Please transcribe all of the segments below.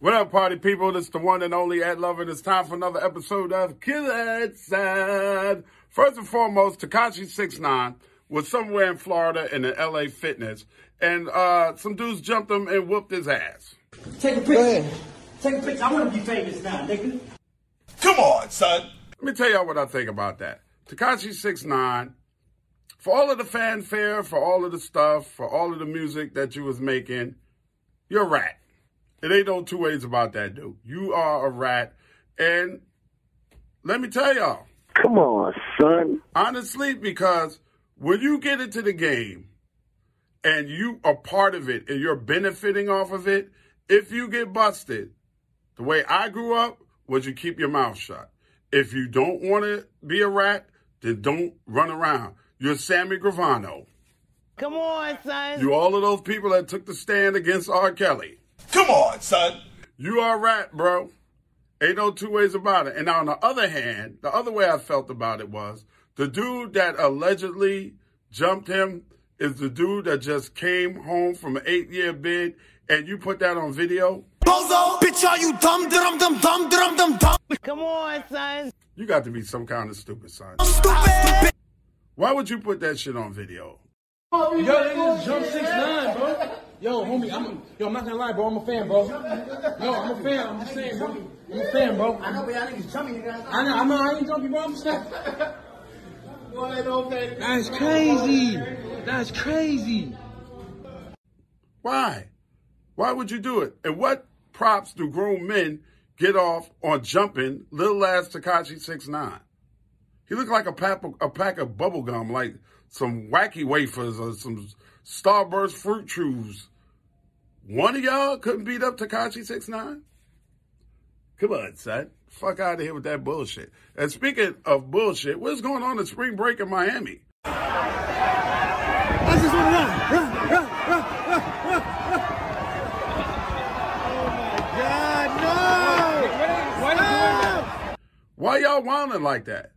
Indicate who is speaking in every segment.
Speaker 1: What up, party people? It's the one and only at Love, and it's time for another episode of Kill It Sad. First and foremost, Takashi 69 was somewhere in Florida in the LA fitness, and uh, some dudes jumped him and whooped his ass.
Speaker 2: Take a picture. Take a picture. I want to be famous now, nigga.
Speaker 3: Come on, son.
Speaker 1: Let me tell y'all what I think about that. Takashi 69 for all of the fanfare, for all of the stuff, for all of the music that you was making, you're a rat. It ain't no two ways about that, dude. You are a rat. And let me tell y'all,
Speaker 4: Come on, son.
Speaker 1: honestly, because when you get into the game and you are part of it and you're benefiting off of it, if you get busted, the way I grew up was you keep your mouth shut. If you don't want to be a rat, then don't run around. You're Sammy Gravano.
Speaker 5: Come on, son.
Speaker 1: You all of those people that took the stand against R. Kelly.
Speaker 3: Come on, son.
Speaker 1: You are a rat, bro. Ain't no two ways about it. And on the other hand, the other way I felt about it was the dude that allegedly jumped him is the dude that just came home from an eight year bid and you put that on video.
Speaker 3: Bozo. Bitch, are you dumb? Dum dum dum dum dum dum.
Speaker 5: Come on, son.
Speaker 1: You got to be some kind of stupid son.
Speaker 3: Stupid.
Speaker 1: Why would you put that shit on video?
Speaker 2: Yo, they just jump six nine, bro. Yo, homie, I'm yo, I'm not gonna lie, bro. I'm a fan, bro. No, I'm a fan. I'm just saying, bro. I'm a fan, bro. I know, but y'all niggas jumping. I know, I know. I ain't jumping, bro. I'm just saying. That's crazy. That's crazy.
Speaker 1: Why? Why would you do it? And what props do grown men get off on jumping little ass Takashi six nine? He looked like a pack of, a pack of bubble gum, like some wacky wafers or some Starburst fruit chews. One of y'all couldn't beat up Takashi six nine. Come on, son. Fuck out of here with that bullshit. And speaking of bullshit, what's going on in spring break in Miami?
Speaker 2: I just wanna run, run, run, run, run, run, run.
Speaker 1: Why y'all wilding like that?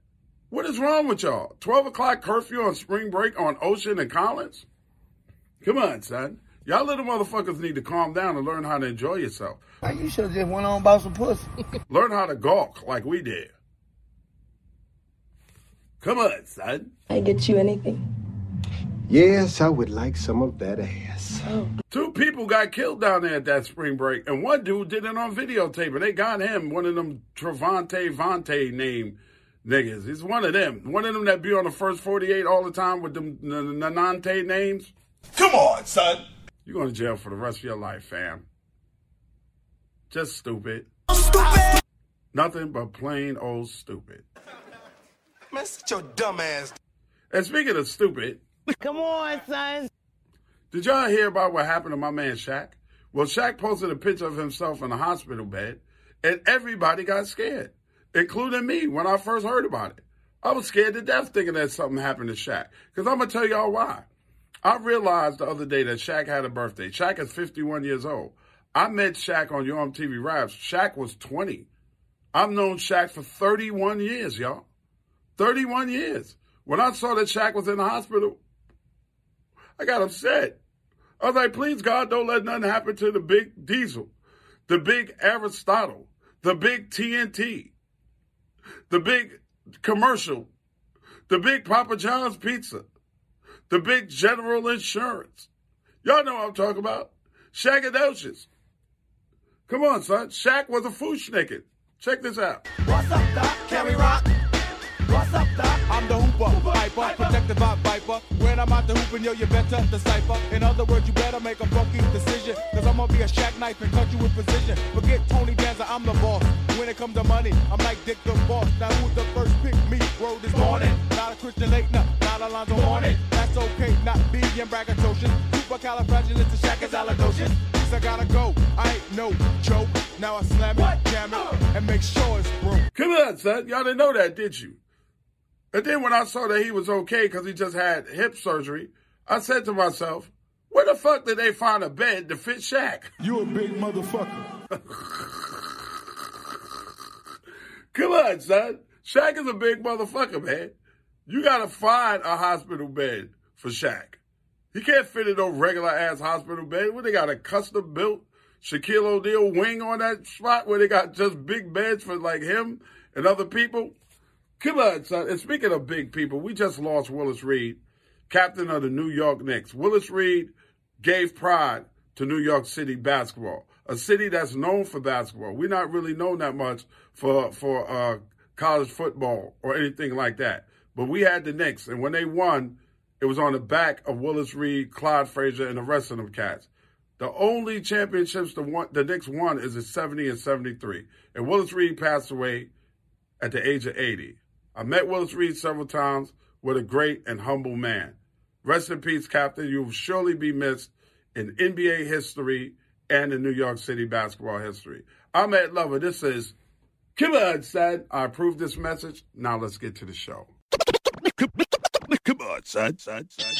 Speaker 1: What is wrong with y'all? 12 o'clock curfew on spring break on Ocean and Collins? Come on, son. Y'all little motherfuckers need to calm down and learn how to enjoy yourself.
Speaker 2: You should have just went on about some pussy.
Speaker 1: Learn how to gawk like we did. Come on, son.
Speaker 6: I get you anything.
Speaker 4: Yes, I would like some of that ass.
Speaker 1: Two people got killed down there at that spring break, and one dude did it on videotape, and they got him, one of them Travante Vante name niggas. He's one of them. One of them that be on the first 48 all the time with them Nanante names.
Speaker 3: Come on, son.
Speaker 1: You're going to jail for the rest of your life, fam. Just stupid.
Speaker 3: Stupid.
Speaker 1: Nothing but plain old stupid.
Speaker 3: Man, sit your dumb ass.
Speaker 1: And speaking of stupid,
Speaker 5: Come on, son.
Speaker 1: did y'all hear about what happened to my man Shaq? Well, Shaq posted a picture of himself in a hospital bed, and everybody got scared, including me when I first heard about it. I was scared to death thinking that something happened to Shaq. Because I'm going to tell y'all why. I realized the other day that Shaq had a birthday. Shaq is 51 years old. I met Shaq on Your TV Raps. Shaq was 20. I've known Shaq for 31 years, y'all. 31 years. When I saw that Shaq was in the hospital, I got upset. I was like, please, God, don't let nothing happen to the big Diesel, the big Aristotle, the big TNT, the big commercial, the big Papa John's Pizza, the big General Insurance. Y'all know what I'm talking about. Shagadocious. Come on, son. Shaq was a Fushnicket. Check this out.
Speaker 7: What's up, Doc? Can we rock? What's up, Doc? I'm the hooper, piper, protected by viper. When I'm out the hooping, yo, you better decipher. In other words, you better make a funky decision. Cause I'm gonna be a shack knife and cut you with precision. Forget Tony Danza, I'm the boss. When it comes to money, I'm like Dick the boss. Now who's the first pick? Me, bro, this morning. Not a Christian Leitner, not Alonzo Hornet. That's okay, not being braggadocious. Supercalifragilisticexpialidocious. Please, I gotta go. I ain't no joke. Now I slam it, jam it, and make sure it's broke.
Speaker 1: Come on, son. Y'all didn't know that, did you? And then when I saw that he was okay because he just had hip surgery, I said to myself, where the fuck did they find a bed to fit Shaq?
Speaker 7: You a big motherfucker.
Speaker 1: Come on, son. Shaq is a big motherfucker, man. You gotta find a hospital bed for Shaq. He can't fit in no regular ass hospital bed. What they got a custom built Shaquille O'Neal wing on that spot where they got just big beds for like him and other people? Come on, son. And speaking of big people, we just lost Willis Reed, captain of the New York Knicks. Willis Reed gave pride to New York City basketball, a city that's known for basketball. We're not really known that much for for uh, college football or anything like that. But we had the Knicks, and when they won, it was on the back of Willis Reed, Clyde Frazier, and the rest of them cats. The only championships the one the Knicks won is in seventy and seventy three, and Willis Reed passed away at the age of 80. I met Willis Reed several times with a great and humble man. Rest in peace, Captain. You will surely be missed in NBA history and in New York City basketball history. I'm Ed Lover. This is Kim Hudson. I approve this message. Now let's get to the show.
Speaker 7: Come on, son, son, son.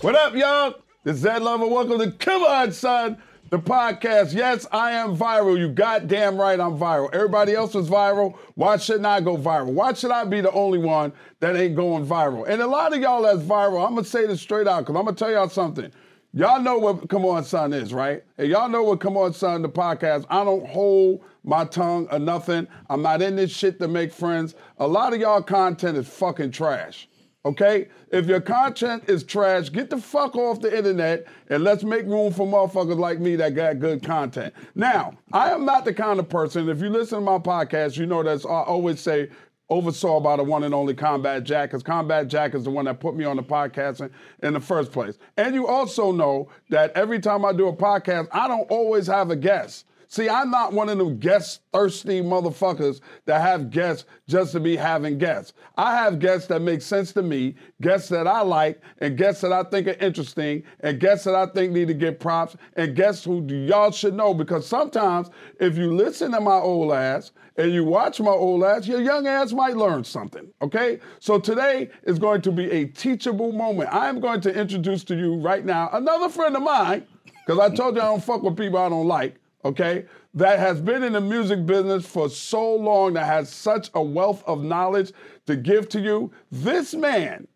Speaker 1: What up, y'all? This is Ed Lover. Welcome to Come On, Son, the podcast. Yes, I am viral. You goddamn right I'm viral. Everybody else was viral. Why shouldn't I go viral? Why should I be the only one that ain't going viral? And a lot of y'all that's viral, I'm going to say this straight out because I'm going to tell y'all something. Y'all know what Come On, Son is, right? And y'all know what Come On, Son, the podcast. I don't hold my tongue or nothing. I'm not in this shit to make friends. A lot of y'all content is fucking trash. Okay? If your content is trash, get the fuck off the internet and let's make room for motherfuckers like me that got good content. Now, I am not the kind of person, if you listen to my podcast, you know that's I always say oversaw by the one and only Combat Jack, because Combat Jack is the one that put me on the podcast in, in the first place. And you also know that every time I do a podcast, I don't always have a guest. See, I'm not one of them guest thirsty motherfuckers that have guests just to be having guests. I have guests that make sense to me, guests that I like, and guests that I think are interesting, and guests that I think need to get props, and guests who y'all should know. Because sometimes if you listen to my old ass and you watch my old ass, your young ass might learn something, okay? So today is going to be a teachable moment. I am going to introduce to you right now another friend of mine, because I told you I don't fuck with people I don't like okay, that has been in the music business for so long, that has such a wealth of knowledge to give to you. This man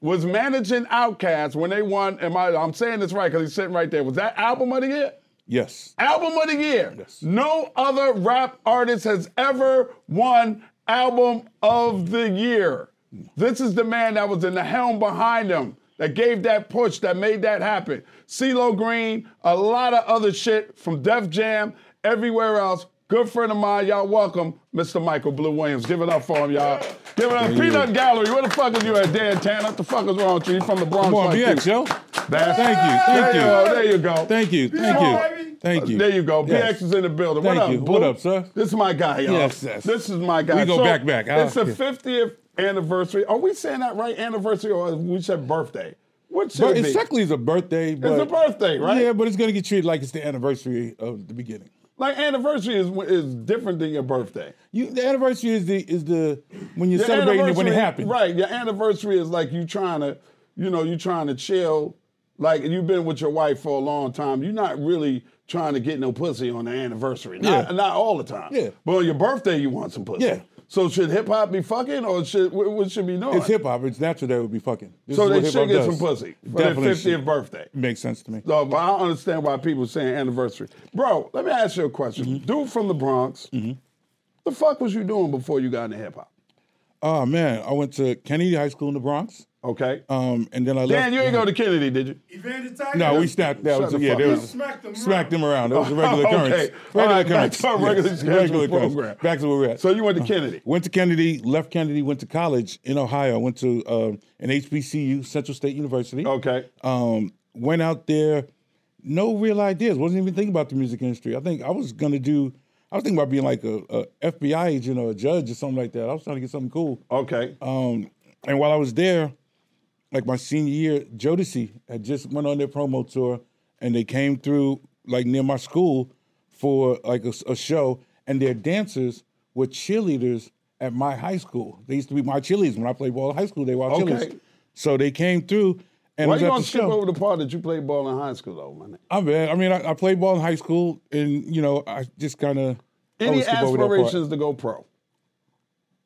Speaker 1: was managing Outkast when they won. Am I? I'm saying this right because he's sitting right there. Was that album of the year?
Speaker 2: Yes.
Speaker 1: Album of the year. No other rap artist has ever won album of the year. This is the man that was in the helm behind him that gave that push, that made that happen. CeeLo Green, a lot of other shit from Def Jam, everywhere else. Good friend of mine, y'all welcome, Mr. Michael Blue Williams. Give it up for him, y'all. Give it up. Peanut Gallery, where the fuck is you at, Dan Tanner? What the fuck is wrong with you? You from the Bronx.
Speaker 2: Come on,
Speaker 1: like
Speaker 2: BX,
Speaker 1: you.
Speaker 2: yo.
Speaker 1: That's-
Speaker 2: Thank you. Thank
Speaker 1: there
Speaker 2: you.
Speaker 1: go, there you go.
Speaker 2: Thank you.
Speaker 1: Yeah,
Speaker 2: Thank
Speaker 1: baby.
Speaker 2: you. Thank you.
Speaker 1: There you go.
Speaker 2: Yes.
Speaker 1: BX is in the building.
Speaker 2: Thank
Speaker 1: what up,
Speaker 2: you. What
Speaker 1: Blue?
Speaker 2: up, sir?
Speaker 1: This is my guy, y'all.
Speaker 2: Yes, yes.
Speaker 1: This is my guy.
Speaker 2: We go back, back. I-
Speaker 1: It's the
Speaker 2: yeah.
Speaker 1: 50th anniversary. Are we saying that right? Anniversary or we said birthday? What should
Speaker 2: But
Speaker 1: it
Speaker 2: it's
Speaker 1: be?
Speaker 2: technically it's a birthday. But
Speaker 1: a birthday, right?
Speaker 2: Yeah, but it's gonna get treated like it's the anniversary of the beginning.
Speaker 1: Like anniversary is is different than your birthday.
Speaker 2: You, the anniversary is the is the when you're
Speaker 1: Your
Speaker 2: celebrating it when it
Speaker 1: anniversary-
Speaker 2: happened.
Speaker 1: Right. Your anniversary is like you trying to, you know, you trying to chill. Like you've been with your wife for a long time. You're not really trying to get no pussy on the anniversary. Not,
Speaker 2: Yeah.
Speaker 1: not all the time.
Speaker 2: Yeah.
Speaker 1: But on your birthday, you want some pussy.
Speaker 2: Yeah.
Speaker 1: So should hip hop be fucking or should wh- what should be known?
Speaker 2: It's hip hop. It's natural that it would be fucking. This
Speaker 1: So
Speaker 2: is what
Speaker 1: they should
Speaker 2: hip-hop
Speaker 1: get some
Speaker 2: does.
Speaker 1: pussy for their
Speaker 2: Definitely
Speaker 1: 50th
Speaker 2: should.
Speaker 1: birthday.
Speaker 2: Makes sense to me.
Speaker 1: No, but I don't understand why people saying anniversary. Bro, let me ask you a question.
Speaker 2: Mm-hmm.
Speaker 1: Dude from the Bronx, the fuck was you doing before you got into hip hop?
Speaker 2: Oh man, I went to Kennedy High School in the Bronx.
Speaker 1: Okay.
Speaker 2: Um, and then I left.
Speaker 1: Dan, you ain't go to Kennedy, did you?
Speaker 8: Evander Tiger?
Speaker 2: No, we snapped. That
Speaker 1: Shut
Speaker 2: was
Speaker 1: the
Speaker 2: yeah.
Speaker 1: fuck
Speaker 2: There
Speaker 1: up.
Speaker 2: was
Speaker 8: Smacked them
Speaker 2: smacked them around. That was a regular
Speaker 1: Okay. Oh.
Speaker 2: occurrence.
Speaker 1: All right,
Speaker 2: Regular
Speaker 1: back
Speaker 2: occurrence.
Speaker 1: to our regular
Speaker 2: Yes,
Speaker 1: scheduled
Speaker 2: regular occurrence. Uh-huh.
Speaker 1: program.
Speaker 2: Back to where we're at.
Speaker 1: So you went to Kennedy.
Speaker 2: Went to Kennedy, left Kennedy, went to college in Ohio, went to um, an HBCU, Central State University.
Speaker 1: Okay.
Speaker 2: Um, went out there, no real ideas. Wasn't even thinking about the music industry. I think I was gonna do. I was thinking about being like a, a FBI agent or a judge or something like that. I was trying to get something cool.
Speaker 1: Okay.
Speaker 2: Um, and while I was there, like my senior year, Jodeci had just went on their promo tour, and they came through like near my school for like a, a show, and their dancers were cheerleaders at my high school. They used to be my cheerleaders when I played ball in high school. They were our
Speaker 1: Okay.
Speaker 2: cheerleaders, so they came
Speaker 1: Oh.
Speaker 2: through. And
Speaker 1: why
Speaker 2: was
Speaker 1: you
Speaker 2: at
Speaker 1: gonna
Speaker 2: the
Speaker 1: skip
Speaker 2: show.
Speaker 1: over the part that you played ball in high school though, my nigga?
Speaker 2: I'm bad. I mean, I, I played ball in high school, and you know, I just kind of
Speaker 1: Any aspirations to go pro?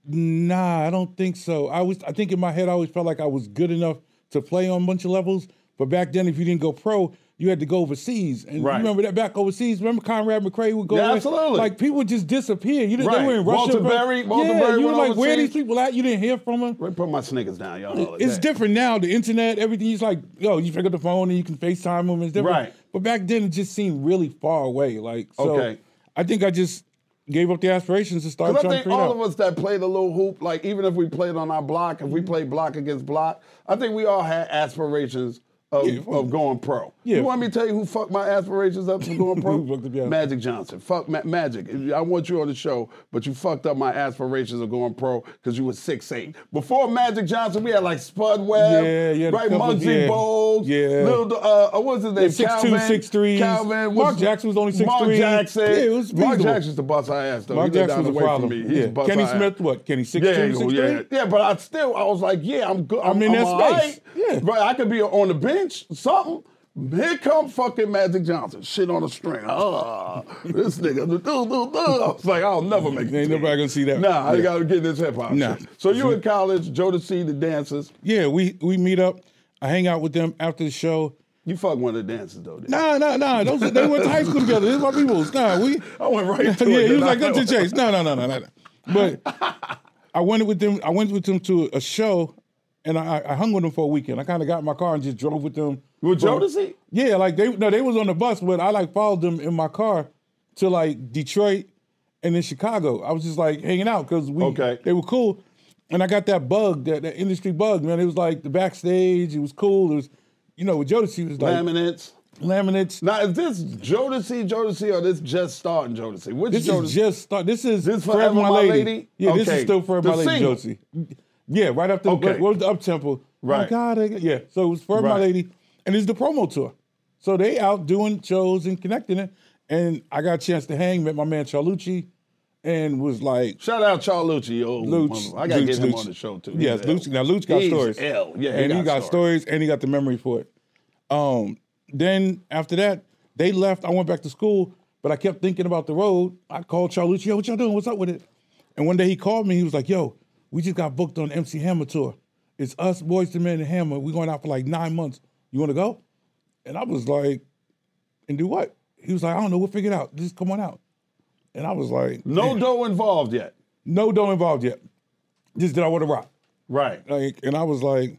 Speaker 2: Nah, I don't think so. I was I think in my head I always felt like I was good enough to play on a bunch of levels. But back then, if you didn't go pro, you had to go overseas. And you
Speaker 1: Right.
Speaker 2: remember that back overseas? Remember Conrad McRae would go
Speaker 1: Yeah,
Speaker 2: away?
Speaker 1: absolutely.
Speaker 2: Like people would just disappear. You didn't,
Speaker 1: Right.
Speaker 2: They were in Russia.
Speaker 1: Walter
Speaker 2: bro.
Speaker 1: Berry- Walter
Speaker 2: yeah,
Speaker 1: Berry
Speaker 2: you were
Speaker 1: went
Speaker 2: like, where are
Speaker 1: overseas.
Speaker 2: these people at? You didn't hear from them.
Speaker 1: Let me put my sneakers down, y'all. know
Speaker 2: It's
Speaker 1: that.
Speaker 2: different now. The internet, everything. It's like, yo, you pick up the phone and you can FaceTime them. It's different.
Speaker 1: Right.
Speaker 2: But back then, it just seemed really far away. Like, so
Speaker 1: Okay.
Speaker 2: I think I just gave up the aspirations and started
Speaker 1: Because I
Speaker 2: trying to
Speaker 1: think
Speaker 2: figure it
Speaker 1: all
Speaker 2: out.
Speaker 1: of us that played a little hoop, like even if we played on our block, if we
Speaker 2: Mm-hmm.
Speaker 1: played block against block, I think we all had aspirations of, of going pro.
Speaker 2: Yeah.
Speaker 1: You want me to tell you who fucked my aspirations up from going pro?
Speaker 2: Who fucked up your-
Speaker 1: Magic Johnson. Fuck Ma- Magic. I want you on the show, but you fucked up my aspirations of going pro because you were 6'8". Before Magic Johnson, we had like Spud Webb,
Speaker 2: Yeah, yeah, the
Speaker 1: right?
Speaker 2: couple-
Speaker 1: Muggsy
Speaker 2: yeah.
Speaker 1: Bogues.
Speaker 2: Yeah.
Speaker 1: Little, uh, uh, what was his name?
Speaker 2: Yeah, 6'2",
Speaker 1: Calvin.
Speaker 2: 6'3".
Speaker 1: Calvin.
Speaker 2: Mark
Speaker 1: what's-
Speaker 2: Jackson was only 6'3".
Speaker 1: Mark Jackson.
Speaker 2: Yeah, it was
Speaker 1: Mark
Speaker 2: reasonable.
Speaker 1: Jackson's the bust I asked, though.
Speaker 2: Mark
Speaker 1: He lived
Speaker 2: Jackson was
Speaker 1: down
Speaker 2: a
Speaker 1: the way from
Speaker 2: problem.
Speaker 1: me. He's
Speaker 2: Yeah.
Speaker 1: a bust
Speaker 2: Kenny
Speaker 1: I asked.
Speaker 2: Smith, what, Kenny, 6'2",
Speaker 1: yeah,
Speaker 2: 6'3"?
Speaker 1: yeah, yeah. But I still, I was like, yeah, I'm good.
Speaker 2: I'm in that
Speaker 1: all
Speaker 2: space. Yeah.
Speaker 1: But I could be on the bench, something. Here come fucking Magic Johnson, shit on a string. Ah, this nigga. duh, duh, duh, duh. I was like, I'll never make it.
Speaker 2: Ain't nobody gonna see that.
Speaker 1: Nah, I
Speaker 2: Yeah.
Speaker 1: gotta get this hip hop.
Speaker 2: Nah. Mm-hmm.
Speaker 1: shit. So you in college, Jodeci, the dancers.
Speaker 2: Yeah, we we meet up. I hang out with them after the show.
Speaker 1: You fuck one of the dancers though. didn't you?
Speaker 2: Nah, nah, nah. Those they went to high school together. These my people. Nah, we.
Speaker 1: I went right to
Speaker 2: yeah,
Speaker 1: it,
Speaker 2: he
Speaker 1: didn't
Speaker 2: was
Speaker 1: I?
Speaker 2: like, "Go to the chase." No, no, no, no, no. no. But I went with them. I went with them to a show, and I, I hung with them for a weekend. I kind of got in my car and just drove with them.
Speaker 1: With
Speaker 2: from-
Speaker 1: Jodeci?
Speaker 2: Yeah, like they no, they was on the bus, but I like followed them in my car to like Detroit and then Chicago. I was just like hanging out because we
Speaker 1: Okay.
Speaker 2: they were cool. And I got that bug, that, that industry bug, man. It was like the backstage, it was cool. It was, you know, with Jodeci it was like
Speaker 1: Laminates.
Speaker 2: laminates.
Speaker 1: Now is this Jodeci, Jodeci, or this just starting Jodeci? Which
Speaker 2: This
Speaker 1: Jodeci?
Speaker 2: is just start. This is
Speaker 1: This
Speaker 2: Forever
Speaker 1: Forever
Speaker 2: My
Speaker 1: My
Speaker 2: Lady.
Speaker 1: Lady?
Speaker 2: Yeah, this is
Speaker 1: Okay.
Speaker 2: still Forever
Speaker 1: The
Speaker 2: My Lady
Speaker 1: single.
Speaker 2: Josie. Yeah, right after
Speaker 1: Okay.
Speaker 2: what, what was the up tempo?
Speaker 1: Right.
Speaker 2: Oh God, I, yeah. So it was Forever My
Speaker 1: Right.
Speaker 2: Lady, and it's the promo tour. So they out doing shows and connecting it, and I got a chance to hang met my man Charlucci, and was like.
Speaker 1: Shout out Charlucci, yo.
Speaker 2: Luch,
Speaker 1: I gotta
Speaker 2: Luch,
Speaker 1: get him
Speaker 2: Luch.
Speaker 1: on the show too.
Speaker 2: Yes,
Speaker 1: He's ill.
Speaker 2: Luch. Now Luch got
Speaker 1: He's
Speaker 2: stories.
Speaker 1: ill. Yeah,
Speaker 2: and he got stories. and he got the memory for it. Um, then after that, they left. I went back to school, but I kept thinking about the road. I called Charlucci, yo, what y'all doing? What's up with it? And one day he called me. He was like, yo, we just got booked on MC Hammer tour. It's us, Boys to Men, and Hammer. We're going out for like nine months. You want to go? And I was like, and do what? He was like, I don't know. We'll figure it out. Just come on out. And I was like,
Speaker 1: No dough involved yet.
Speaker 2: no dough involved yet. Just did I want to rock
Speaker 1: Right.
Speaker 2: like, and I was like,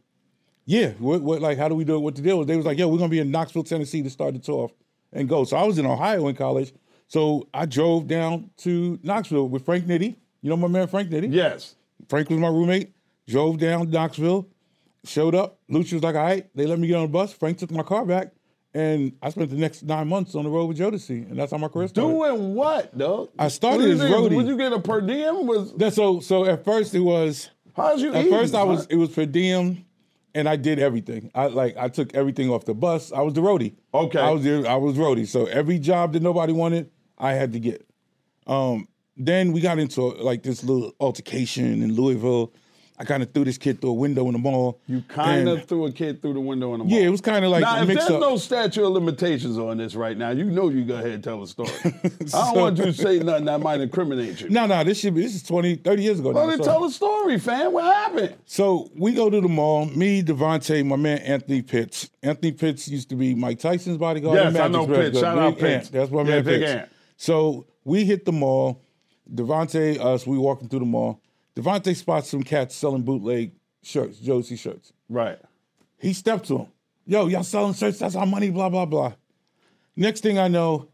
Speaker 2: yeah, what, what, like, how do we do it? What the deal was? They was like, yo, we're gonna be in Knoxville, Tennessee to start the tour off and go. So I was in Ohio in college, so I drove down to Knoxville with Frank Nitty. You know my man Frank Nitty?
Speaker 1: Yes.
Speaker 2: Frank was my roommate. Drove down to Knoxville, showed up. Lucha was like, all right, they let me get on the bus. Frank took my car back, and I spent the next nine months on the road with Jodeci, and that's how my career started.
Speaker 1: Doing what, though?
Speaker 2: I started
Speaker 1: What is
Speaker 2: as
Speaker 1: this?
Speaker 2: roadie.
Speaker 1: Would you get a per diem? Was
Speaker 2: That- so, so at first it was
Speaker 1: how's you
Speaker 2: At
Speaker 1: eating?
Speaker 2: first, I was
Speaker 1: Huh?
Speaker 2: it was per diem, and I did everything. I like I took everything off the bus. I was the roadie.
Speaker 1: Okay.
Speaker 2: I was the, I was roadie. So every job that nobody wanted, I had to get. Um, then we got into like this little altercation in Louisville, I kind of threw this kid through a window in the mall.
Speaker 1: You kind
Speaker 2: And-
Speaker 1: of threw a kid through the window in the mall.
Speaker 2: Yeah, it was kinda like
Speaker 1: now,
Speaker 2: a
Speaker 1: if
Speaker 2: mix
Speaker 1: there's
Speaker 2: up.
Speaker 1: no statute of limitations on this right now, you know you go ahead and tell a story. I don't
Speaker 2: So-
Speaker 1: want you to say nothing that might incriminate you.
Speaker 2: No, no, this should be this is 20, 30 years ago.
Speaker 1: Well,
Speaker 2: now,
Speaker 1: then
Speaker 2: so-
Speaker 1: tell a story, fam. What happened?
Speaker 2: So we go to the mall. Me, Devontae, my man Anthony Pitts. Anthony Pitts used to be Mike Tyson's bodyguard.
Speaker 1: Yes,
Speaker 2: and
Speaker 1: I
Speaker 2: Magic's
Speaker 1: know Pitts. Shout
Speaker 2: bodyguard.
Speaker 1: out
Speaker 2: Big
Speaker 1: Pitts.
Speaker 2: Ant. That's my
Speaker 1: Yeah,
Speaker 2: man
Speaker 1: Big
Speaker 2: Pitts.
Speaker 1: Ant.
Speaker 2: So we hit the mall. Devontae, us, we walking through the mall. Devontae spots some cats selling bootleg shirts, Josie shirts.
Speaker 1: Right.
Speaker 2: He stepped to him. Yo, y'all selling shirts? That's our money. Blah blah blah. Next thing I know,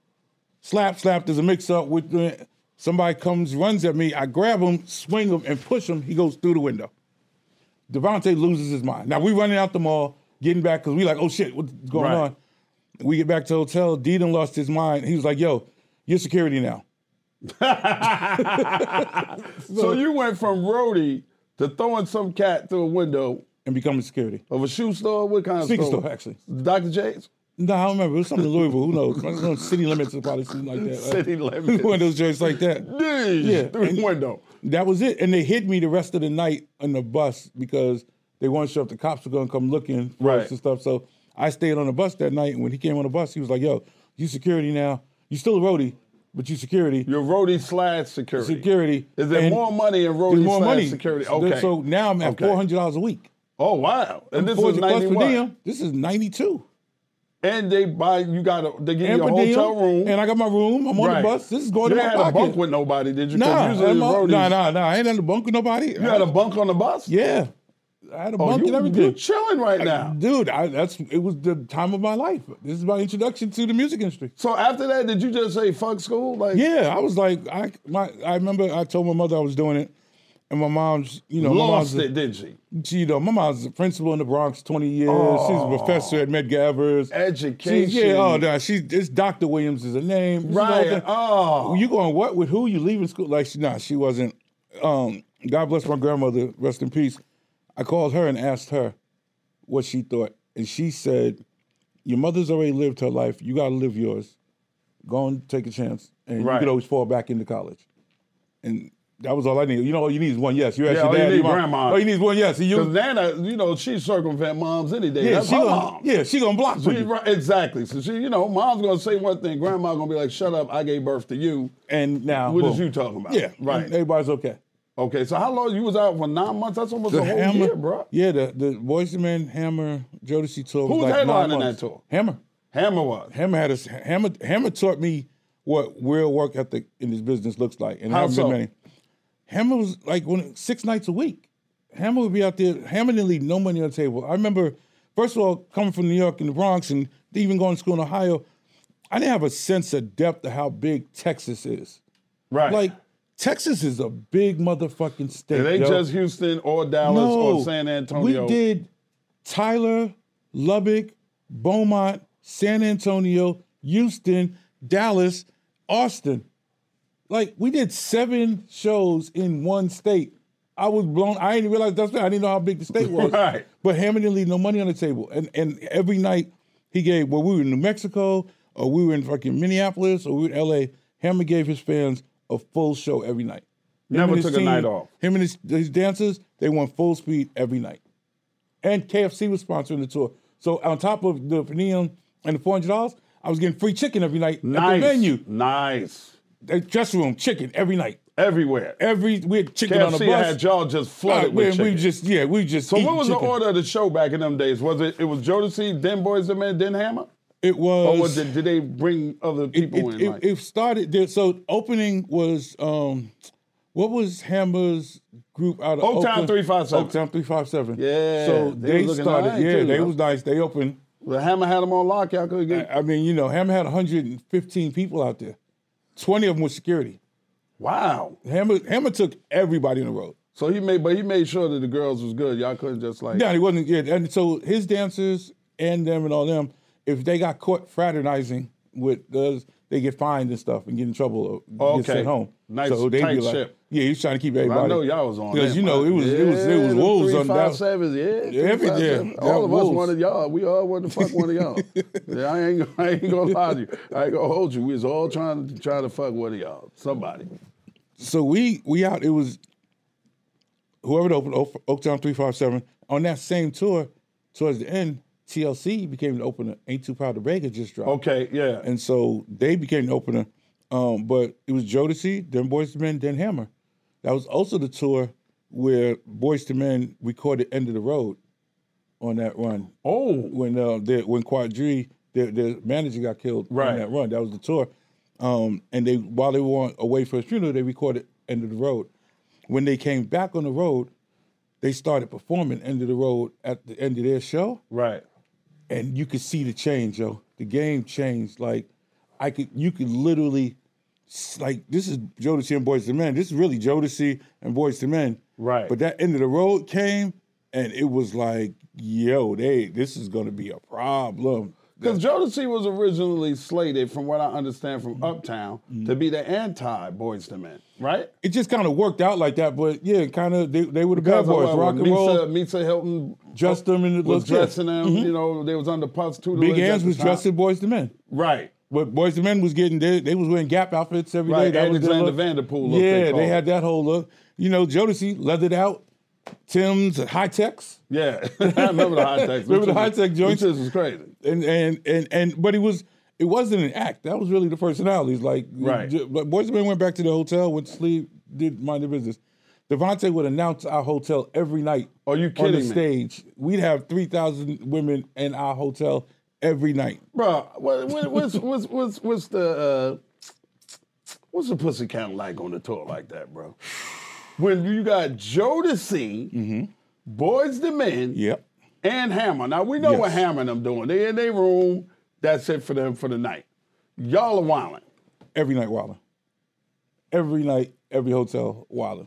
Speaker 2: slap slap. There's a mix up with somebody comes runs at me. I grab him, swing him, and push him. He goes through the window. Devontae loses his mind. Now we running out the mall, getting back because we like, oh shit, what's going
Speaker 1: Right.
Speaker 2: on? We get back to the hotel. D done lost his mind. He was like, yo, you're security now.
Speaker 1: So you went from roadie to throwing some cat through a window
Speaker 2: and becoming security
Speaker 1: of a shoe store. What kind of
Speaker 2: Sneaker
Speaker 1: store?
Speaker 2: store, actually.
Speaker 1: Dr. J's.
Speaker 2: No, I don't remember. It was something in Louisville. Who knows? It was on City limits or probably something like that.
Speaker 1: City Limits.
Speaker 2: One of those joints like that.
Speaker 1: Dude,
Speaker 2: Yeah,
Speaker 1: through
Speaker 2: and-
Speaker 1: the window.
Speaker 2: That was it. And they hid me the rest of the night on the bus because they weren't sure if the cops were gonna come looking for
Speaker 1: Right.
Speaker 2: us and stuff. So I stayed on the bus that night. And when he came on the bus, he was like, yo, you security now. You still a roadie, but you security.
Speaker 1: Your roadie slash security.
Speaker 2: security.
Speaker 1: Is there
Speaker 2: And
Speaker 1: more money in roadie
Speaker 2: There's more
Speaker 1: slash
Speaker 2: money.
Speaker 1: security?
Speaker 2: So-
Speaker 1: Okay.
Speaker 2: So now I'm at
Speaker 1: Okay.
Speaker 2: four hundred dollars a week.
Speaker 1: Oh wow! And this is
Speaker 2: 400 plus per
Speaker 1: ninety one.
Speaker 2: diem. This is ninety two.
Speaker 1: And they buy you got a they give
Speaker 2: And
Speaker 1: you a
Speaker 2: per diem,
Speaker 1: hotel room.
Speaker 2: And I got my room. I'm on the bus. This is going
Speaker 1: you
Speaker 2: to my
Speaker 1: had
Speaker 2: pocket.
Speaker 1: a bunk with nobody, did you? 'Cause
Speaker 2: Nah,
Speaker 1: usually
Speaker 2: I'm
Speaker 1: the
Speaker 2: on-
Speaker 1: roadies-
Speaker 2: nah, nah, nah. I ain't had a bunk with nobody.
Speaker 1: You had a bunk on the bus.
Speaker 2: yeah. I had a
Speaker 1: Oh,
Speaker 2: bunk
Speaker 1: you,
Speaker 2: and
Speaker 1: You
Speaker 2: everything.
Speaker 1: chilling right now.
Speaker 2: Dude, I, that's it was the time of my life. This is my introduction to the music industry.
Speaker 1: So after that, did you just say fuck school? Like
Speaker 2: Yeah, I was like, I my I remember I told my mother I was doing it, and my mom's, you know, my
Speaker 1: lost
Speaker 2: mom's a-
Speaker 1: it, did she?
Speaker 2: she, you know, my mom's a principal in the Bronx, 20 years. She's a professor at Medgar Evers.
Speaker 1: Education.
Speaker 2: She's, yeah, oh, no, she's, it's Dr. Williams is her name. This is the whole
Speaker 1: Right.
Speaker 2: thing.
Speaker 1: Oh.
Speaker 2: You going what with who? You leaving school? Like, she, nah, she wasn't. Um, God bless my grandmother, rest in peace. I called her and asked her what she thought. And she said, Your mother's already lived her life. You got to live yours. Go and take a chance. And you
Speaker 1: Right.
Speaker 2: could always fall back into college. And that was all I needed. You know, all you need is one yes. You're at
Speaker 1: Yeah,
Speaker 2: your
Speaker 1: all you
Speaker 2: dad,
Speaker 1: need
Speaker 2: your mom.
Speaker 1: grandma.
Speaker 2: All you need is one yes. And you-
Speaker 1: Because Nana, you know, she circumvent moms any day. That's
Speaker 2: she
Speaker 1: her
Speaker 2: gonna,
Speaker 1: mom.
Speaker 2: Yeah, she gonna block
Speaker 1: She,
Speaker 2: you.
Speaker 1: right, exactly. So she, you know, mom's gonna say one thing, grandma gonna be like, "Shut up! I gave birth to you."
Speaker 2: And now,
Speaker 1: What is
Speaker 2: boom.
Speaker 1: you talking about?
Speaker 2: Yeah,
Speaker 1: right.
Speaker 2: and Everybody's okay.
Speaker 1: Okay, so how long you was out for nine months? That's almost a whole year, bro.
Speaker 2: Yeah, the the Boys and Men Hammer Jodeci tour.
Speaker 1: Who
Speaker 2: was
Speaker 1: was
Speaker 2: like nine
Speaker 1: headlining
Speaker 2: months.
Speaker 1: that tour?
Speaker 2: Hammer.
Speaker 1: Hammer was.
Speaker 2: Hammer had us. Hammer Hammer taught me what real work ethic in this business looks like, and
Speaker 1: How
Speaker 2: haven't been
Speaker 1: so?
Speaker 2: many. Hammer was like one six nights a week. Hammer would be out there. Hammer didn't leave no money on the table. I remember, first of all, coming from New York and the Bronx, and even going to school in Ohio, I didn't have a sense of depth of how big Texas is.
Speaker 1: Right.
Speaker 2: Like Texas is a big motherfucking state.
Speaker 1: it ain't
Speaker 2: yo.
Speaker 1: just Houston or Dallas or San Antonio.
Speaker 2: We did Tyler, Lubbock, Beaumont, San Antonio, Houston, Dallas, Austin. Like we did seven shows in one state. I was blown. I didn't realize that's I didn't know how big the state was.
Speaker 1: Right.
Speaker 2: But Hammond didn't leave no money on the table. And and every night he gave, well, we were in New Mexico, or we were in fucking Minneapolis, or we were in LA. Hammond gave his fans a full show every night. Him
Speaker 1: Never
Speaker 2: and his
Speaker 1: took a night off.
Speaker 2: Him and his, his dancers, they went full speed every night. And KFC was sponsoring the tour. So on top of the per diem and the four hundred dollars, I was getting free chicken every night at the
Speaker 1: nice
Speaker 2: venue.
Speaker 1: Nice.
Speaker 2: The dressing room, chicken every night.
Speaker 1: Everywhere.
Speaker 2: Every we had chicken on the
Speaker 1: KFC
Speaker 2: bus.
Speaker 1: had y'all just
Speaker 2: Uh,
Speaker 1: flooded
Speaker 2: we,
Speaker 1: with
Speaker 2: we
Speaker 1: chicken.
Speaker 2: just yeah, we just.
Speaker 1: so
Speaker 2: eating
Speaker 1: what was
Speaker 2: chicken.
Speaker 1: the order of the show back in them days? Was it it was Jodeci, then Boys and Men, then Hammer,
Speaker 2: It was.
Speaker 1: or was it, did they bring other
Speaker 2: it,
Speaker 1: people
Speaker 2: it,
Speaker 1: in?
Speaker 2: it-
Speaker 1: like-
Speaker 2: it started there. So opening was um, what was Hammer's group out of
Speaker 1: Oaktown
Speaker 2: Oakland?
Speaker 1: 357.
Speaker 2: Oaktown three five seven.
Speaker 1: Yeah, they
Speaker 2: So
Speaker 1: was
Speaker 2: they,
Speaker 1: looking
Speaker 2: started.
Speaker 1: nice,
Speaker 2: yeah,
Speaker 1: too,
Speaker 2: they
Speaker 1: though.
Speaker 2: was nice. They opened.
Speaker 1: well, Hammer had them on lock. Y'all could get
Speaker 2: I mean, you know, Hammer had 115 people out there. 20 of them were security.
Speaker 1: wow.
Speaker 2: Hammer Hammer took everybody in the road.
Speaker 1: So he made, but he made sure that the girls was good. Y'all couldn't just like
Speaker 2: Yeah, he wasn't. Yeah, and so his dancers and them and all them, if they got caught fraternizing with us, they get fined and stuff and get in trouble or get
Speaker 1: Okay.
Speaker 2: sent home.
Speaker 1: Nice,
Speaker 2: so they
Speaker 1: tight
Speaker 2: be like,
Speaker 1: ship.
Speaker 2: yeah, he was trying to keep everybody.
Speaker 1: I know y'all was on
Speaker 2: because
Speaker 1: that,
Speaker 2: you know it
Speaker 1: man.
Speaker 2: was it was it
Speaker 1: Yeah,
Speaker 2: was
Speaker 1: them
Speaker 2: wolves
Speaker 1: three,
Speaker 2: on
Speaker 1: five,
Speaker 2: that.
Speaker 1: sevens, yeah, three,
Speaker 2: Every-
Speaker 1: five,
Speaker 2: yeah,
Speaker 1: sevens.
Speaker 2: yeah,
Speaker 1: All of us
Speaker 2: wolves.
Speaker 1: wanted y'all. We all wanted to fuck one of y'all. yeah, I ain't I ain't gonna lie to you. I ain't gonna hold you. We was all trying to try to fuck one of y'all. Somebody.
Speaker 2: So we we out. It was whoever the opened Oak- Oaktown 357, on that same tour, towards the end, TLC became the opener. Ain't Too Proud to Beg It just dropped.
Speaker 1: Okay, yeah.
Speaker 2: And so they became the opener. Um, but it was Jodeci, then Boys to Men, then Hammer. That was also the tour where Boys to Men recorded End of the Road on that run.
Speaker 1: Oh,
Speaker 2: when uh, their, when Quadri, their, their manager, got killed
Speaker 1: Right.
Speaker 2: on that run. That was the tour. Um, and they while they were on, away for his funeral, they recorded End of the Road. When they came back on the road, they started performing End of the Road at the end of their show.
Speaker 1: Right.
Speaker 2: And you could see the change, yo. The game changed. Like I could, you could literally, s- like this is Jodeci and Boys to Men. This is really Jodeci and Boys to Men.
Speaker 1: Right.
Speaker 2: But that end of the road came, and it was like, yo, they this is gonna be a problem.
Speaker 1: Because Jodeci was originally slated, from what I understand
Speaker 2: Mm-hmm.
Speaker 1: from Uptown, to be the anti Boys to Men, right?
Speaker 2: It just kind of worked out like that, but yeah, kind of they, they were the bad
Speaker 1: Because of
Speaker 2: boys,
Speaker 1: what,
Speaker 2: rock and
Speaker 1: Misa-
Speaker 2: roll.
Speaker 1: Misa Hilton
Speaker 2: Dressed them in the-
Speaker 1: was
Speaker 2: yeah.
Speaker 1: dressing them.
Speaker 2: Mhm.
Speaker 1: You know, they was under Puff's tutelage.
Speaker 2: Big
Speaker 1: at
Speaker 2: Ange
Speaker 1: the
Speaker 2: was
Speaker 1: time.
Speaker 2: dressed in Boys to Men.
Speaker 1: Right.
Speaker 2: But Boys to Men was getting they, they was wearing Gap outfits every day.
Speaker 1: Right,
Speaker 2: That was their
Speaker 1: Alexander
Speaker 2: look.
Speaker 1: Vanderpool look,
Speaker 2: Yeah,
Speaker 1: they
Speaker 2: they,
Speaker 1: call it.
Speaker 2: had that whole look. You know, Jodeci leathered out, Tim's high techs.
Speaker 1: Yeah, I remember the high techs.
Speaker 2: remember
Speaker 1: which
Speaker 2: the
Speaker 1: was-
Speaker 2: high tech joints.
Speaker 1: Which is crazy.
Speaker 2: And and and and but it was it wasn't an act. That was really the personalities. Like
Speaker 1: Right.
Speaker 2: j- But Boys to Men went back to the hotel, went to sleep, did mind their business. Devontae would announce our hotel every night.
Speaker 1: Are you
Speaker 2: on
Speaker 1: kidding
Speaker 2: the
Speaker 1: me?
Speaker 2: stage? We'd have three thousand women in our hotel every night.
Speaker 1: Bro, what, what, what's, what's, what's, what's the uh, what's the pussy count like on the tour like that, bro? When you got Jodeci,
Speaker 2: Mm-hmm.
Speaker 1: Boys the Men,
Speaker 2: Yep.
Speaker 1: and Hammer. Now we know what
Speaker 2: Yes.
Speaker 1: Hammer and them doing. They in their room. That's it for them for the night. Y'all are wilding.
Speaker 2: Every night, Wilder. Every night, every hotel, Wilder.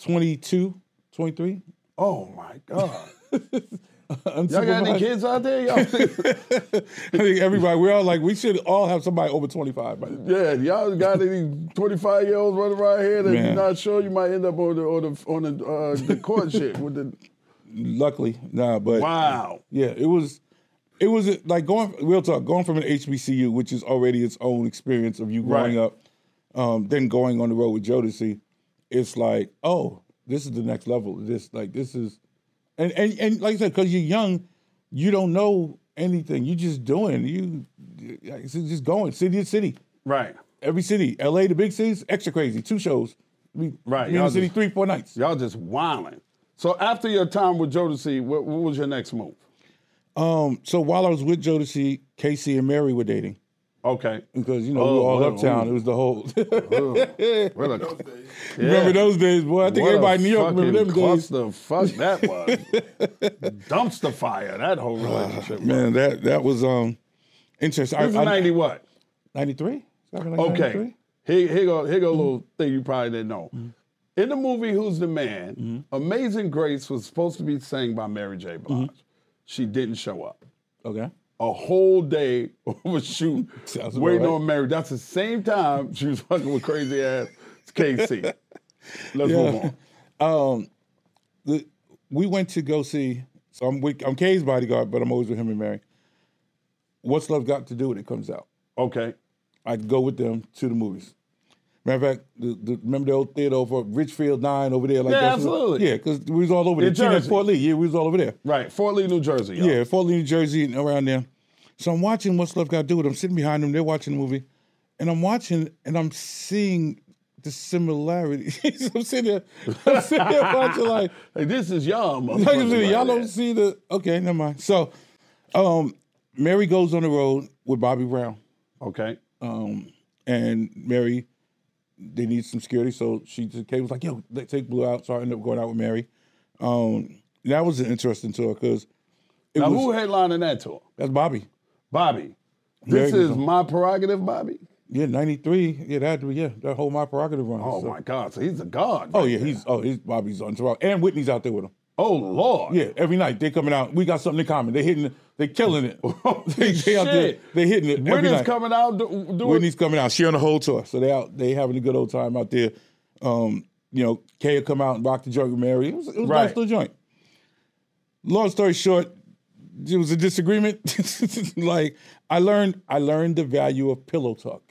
Speaker 2: 22, 23.
Speaker 1: Oh my God.
Speaker 2: Y'all
Speaker 1: Y'all got any kids out there? Y'all
Speaker 2: I think everybody, we're all like, we should all have somebody over 25. By the
Speaker 1: Yeah, y'all got any twenty-five year olds running around here that you're
Speaker 2: Man.
Speaker 1: not sure you might end up on the on the on the, uh, the court shit with the
Speaker 2: Luckily, nah, but.
Speaker 1: wow.
Speaker 2: Yeah, it was, it was like going, real talk, going from an HBCU, which is already its own experience of you growing
Speaker 1: Right.
Speaker 2: up, um, then going on the road with Jodeci, it's like, oh, this is the next level. This, like, this is, and, and, and like I said, because you're young, you don't know anything. you just doing, you, it's just going city to city.
Speaker 1: Right,
Speaker 2: Every city, LA, the big cities, extra crazy. Two shows. We,
Speaker 1: right.
Speaker 2: we in the
Speaker 1: Y'all
Speaker 2: city
Speaker 1: just,
Speaker 2: three, four nights.
Speaker 1: y'all just wilding. So after your time with Jodeci, what, what was your next move?
Speaker 2: Um, so while I was with Jodeci, Casey and Mary were dating
Speaker 1: Okay.
Speaker 2: because you know we
Speaker 1: Oh,
Speaker 2: were all
Speaker 1: well,
Speaker 2: uptown.
Speaker 1: ooh.
Speaker 2: It was the whole.
Speaker 1: What a, yeah.
Speaker 2: Remember those days, boy? I think
Speaker 1: What a
Speaker 2: everybody in New York remember them
Speaker 1: fucking
Speaker 2: days.
Speaker 1: cluster fuck that was. Dumpster fire. That whole relationship. was.
Speaker 2: Man, that that was um interesting.
Speaker 1: This is ninety what?
Speaker 2: ninety three.
Speaker 1: Okay. Here, here go, here go a little
Speaker 2: Mm-hmm.
Speaker 1: thing you probably didn't know. In the movie Who's the Man,
Speaker 2: Mm-hmm.
Speaker 1: Amazing Grace was supposed to be sang by Mary J. Blige. She didn't show up.
Speaker 2: Okay.
Speaker 1: A whole day was shooting,
Speaker 2: Sounds about
Speaker 1: waiting
Speaker 2: right.
Speaker 1: on Mary. That's the same time she was fucking with crazy ass KC. Let's move
Speaker 2: Yeah.
Speaker 1: on.
Speaker 2: Um, the, we went to go see. So I'm with, I'm Kay's bodyguard, but I'm always with him and Mary. What's love got to do with it? Comes out.
Speaker 1: Okay.
Speaker 2: I go with them to the movies. Matter of fact, the, the, remember the old theater over at Richfield Nine over there? Like
Speaker 1: Yeah,
Speaker 2: that's-
Speaker 1: absolutely.
Speaker 2: Yeah, because we was all over there.
Speaker 1: In
Speaker 2: Even at
Speaker 1: Jersey.
Speaker 2: Fort Lee. Yeah, we was all over there.
Speaker 1: Right. Fort Lee, New Jersey. Y'all.
Speaker 2: Yeah, Fort Lee, New Jersey, and around there. So I'm watching What's Love Got to Do With It. I'm sitting behind them. They're watching the movie, and I'm watching, and I'm seeing the similarities. I'm sitting there, I'm sitting there watching like,
Speaker 1: Hey, this is y'all,
Speaker 2: like I said,
Speaker 1: motherfuckers
Speaker 2: y'all
Speaker 1: right
Speaker 2: don't
Speaker 1: there.
Speaker 2: see the. Okay, never mind. So, um, Mary goes on the road with Bobby Brown.
Speaker 1: Okay.
Speaker 2: Um, and Mary, they need some security, so she just Kay was like, "Yo, let's take Blue out." So I ended up going out with Mary. Um, that was an interesting tour because it
Speaker 1: Now,
Speaker 2: was
Speaker 1: who headlining that tour?
Speaker 2: that's Bobby.
Speaker 1: Bobby.
Speaker 2: Very
Speaker 1: This
Speaker 2: good
Speaker 1: is
Speaker 2: song.
Speaker 1: my prerogative, Bobby.
Speaker 2: Yeah, ninety three. Yeah, that yeah, that whole my prerogative run.
Speaker 1: Oh
Speaker 2: So-
Speaker 1: my God! So he's a god.
Speaker 2: Oh
Speaker 1: right
Speaker 2: yeah,
Speaker 1: there.
Speaker 2: he's oh he's Bobby's on tour, and Whitney's out there with him.
Speaker 1: Oh Lord.
Speaker 2: Yeah, every night they coming out. We got something in common. They hitting, they killing it. they, they out there,
Speaker 1: Shit.
Speaker 2: they hitting it. every
Speaker 1: Whitney's
Speaker 2: night.
Speaker 1: coming out do- doing.
Speaker 2: Whitney's coming out. She on the whole tour, so they out. They having a good old time out there. Um, you know, Kay will come out and rock the joint with Mary. It was, it was a
Speaker 1: Right.
Speaker 2: nice little joint. Long story short, it was a disagreement. like I learned, I learned the value of pillow talk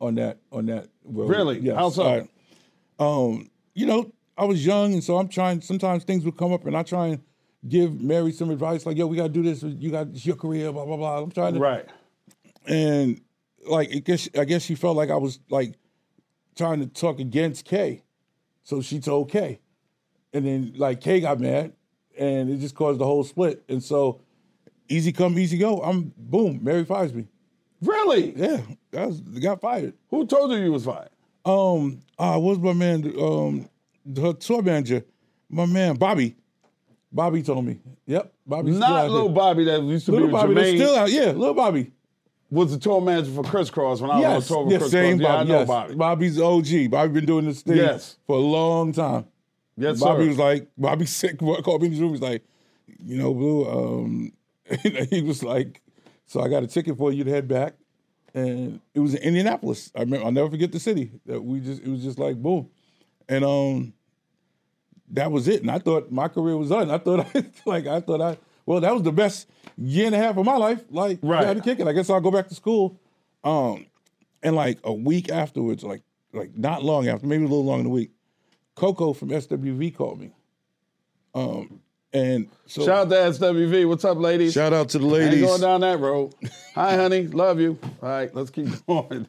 Speaker 2: on that on that. road.
Speaker 1: Really? How so?
Speaker 2: I- um, you know, I was young, and so I'm trying. Sometimes things would come up, and I try and give Mary some advice, like, "Yo, we gotta do this. You got it's your career, blah blah blah." I'm trying to
Speaker 1: Right.
Speaker 2: and like I guess I guess she felt like I was like trying to talk against Kay, so she told Kay, and then like Kay got mad, and it just caused the whole split. And so, easy come, easy go. I'm boom. Mary fires me.
Speaker 1: Really?
Speaker 2: Yeah, I was, got fired.
Speaker 1: Who told you you was fired?
Speaker 2: Um, uh, what was my man? Um, her tour manager, my man Bobby. Bobby told me. Yep, Bobby.
Speaker 1: Not little Bobby that used to
Speaker 2: Little
Speaker 1: be with
Speaker 2: Bobby that's
Speaker 1: Jermaine.
Speaker 2: still out. Yeah, little Bobby.
Speaker 1: was the tour manager for Crisscross when I was
Speaker 2: Yes,
Speaker 1: on tour with
Speaker 2: yes,
Speaker 1: Crisscross.
Speaker 2: same
Speaker 1: yeah,
Speaker 2: Bobby.
Speaker 1: I know
Speaker 2: yes.
Speaker 1: Bobby.
Speaker 2: Bobby's OG. Bobby been doing this thing
Speaker 1: Yes.
Speaker 2: for a long time.
Speaker 1: Yes,
Speaker 2: Bobby
Speaker 1: sir.
Speaker 2: was like, Bobby sick. Called me in his room. He's like, you know, Blue. Um, he was like, so I got a ticket for you to head back, and it was in Indianapolis. I remember. I'll never forget the city that we just. It was just like boom, and um, that was it. And I thought my career was done. I thought I like I thought I well that was the best year and a half of my life. Like
Speaker 1: Right.
Speaker 2: I had to kick it. I guess I'll go back to school. Um, and like a week afterwards, like like not long after, maybe a little longer than a week, Coco from SWV called me. Um, and so
Speaker 1: Shout out to SWV. What's up, ladies?
Speaker 2: shout out to the
Speaker 1: Ain't
Speaker 2: ladies.
Speaker 1: going down that road. Hi, honey. Love you. All right, let's keep going.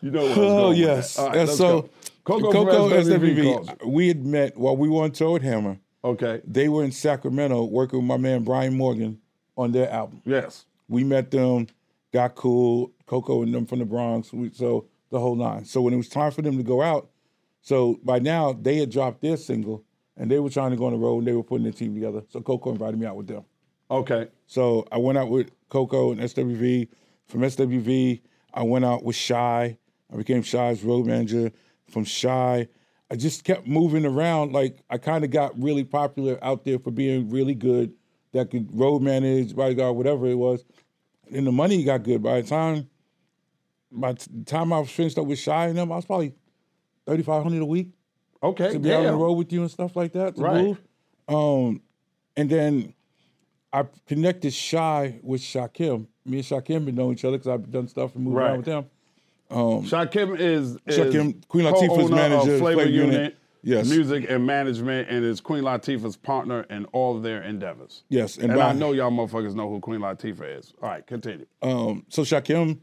Speaker 1: you know where I was going
Speaker 2: Oh
Speaker 1: with
Speaker 2: yes.
Speaker 1: that. All right,
Speaker 2: and
Speaker 1: let's
Speaker 2: so
Speaker 1: go. Coco,
Speaker 2: Coco
Speaker 1: from SWV. calls
Speaker 2: SWV, we had met while we were on tour with Hammer.
Speaker 1: you. Okay.
Speaker 2: They were in Sacramento working with my man Brian Morgan on their album.
Speaker 1: Yes.
Speaker 2: We met them, got cool. Coco and them from the Bronx. We, so the whole nine. So when it was time for them to go out, so by now they had dropped their single and they were trying to go on the road and they were putting their team together. So Coco invited me out with them.
Speaker 1: Okay.
Speaker 2: So I went out with Coco and SWV. From SWV, I went out with Shy. I became Shy's road manager. From Shy, I just kept moving around. Like I kind of got really popular out there for being really good. That could road manage, bodyguard, whatever it was. And the money got good. By the time, by the time I was finished up with Shy and them, I was probably thirty five hundred a week
Speaker 1: Okay.
Speaker 2: to be out on the
Speaker 1: damn.
Speaker 2: road with you and stuff like that to
Speaker 1: Right.
Speaker 2: move. Um, and then I connected Shy with Shakim. Me and Shakim been knowing each other because I've done stuff and moved
Speaker 1: Right.
Speaker 2: around with them.
Speaker 1: Shakim is, is
Speaker 2: Um, Shakim, Queen Latifah's
Speaker 1: co-owner
Speaker 2: manager,
Speaker 1: of Flavor
Speaker 2: Flavor
Speaker 1: Unit,
Speaker 2: Unit, yes.
Speaker 1: music and management, and is Queen Latifah's partner in all of their endeavors.
Speaker 2: Yes,
Speaker 1: and,
Speaker 2: and
Speaker 1: I
Speaker 2: by-
Speaker 1: know y'all motherfuckers know who Queen Latifah is. All right, continue.
Speaker 2: Um, so Shakim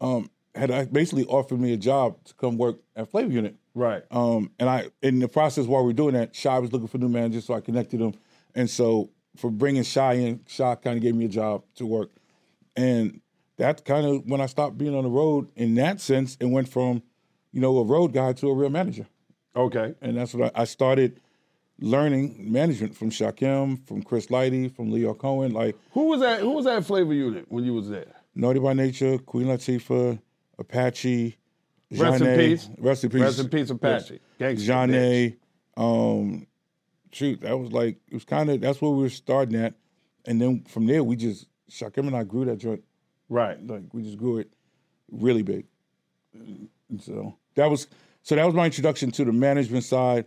Speaker 2: um, had uh, basically offered me a job to come work at Flavor Unit.
Speaker 1: Right.
Speaker 2: Um, and I, in the process while we were doing that, Shy was looking for new managers, so I connected him. And so for bringing Shy in, Shy kind of gave me a job to work. And that's kind of when I stopped being on the road in that sense and went from, you know, a road guy to a real manager.
Speaker 1: Okay.
Speaker 2: And that's what I, I started learning management from Shakim, from Chris Lighty, from Leo Cohen, like
Speaker 1: Who was that? Who was that Flavor Unit when you was there?
Speaker 2: Naughty by Nature, Queen Latifah, Apache,
Speaker 1: Rest in
Speaker 2: Jeanne-
Speaker 1: peace.
Speaker 2: Rest in peace.
Speaker 1: Rest in peace, Apache. Gangsta
Speaker 2: Jeanne, um, shoot, that was like, it was kind of, that's where we were starting at. And then from there, we just, Shakim and I grew that joint.
Speaker 1: Right.
Speaker 2: Like, we just grew it really big. And so that was, so that was my introduction to the management side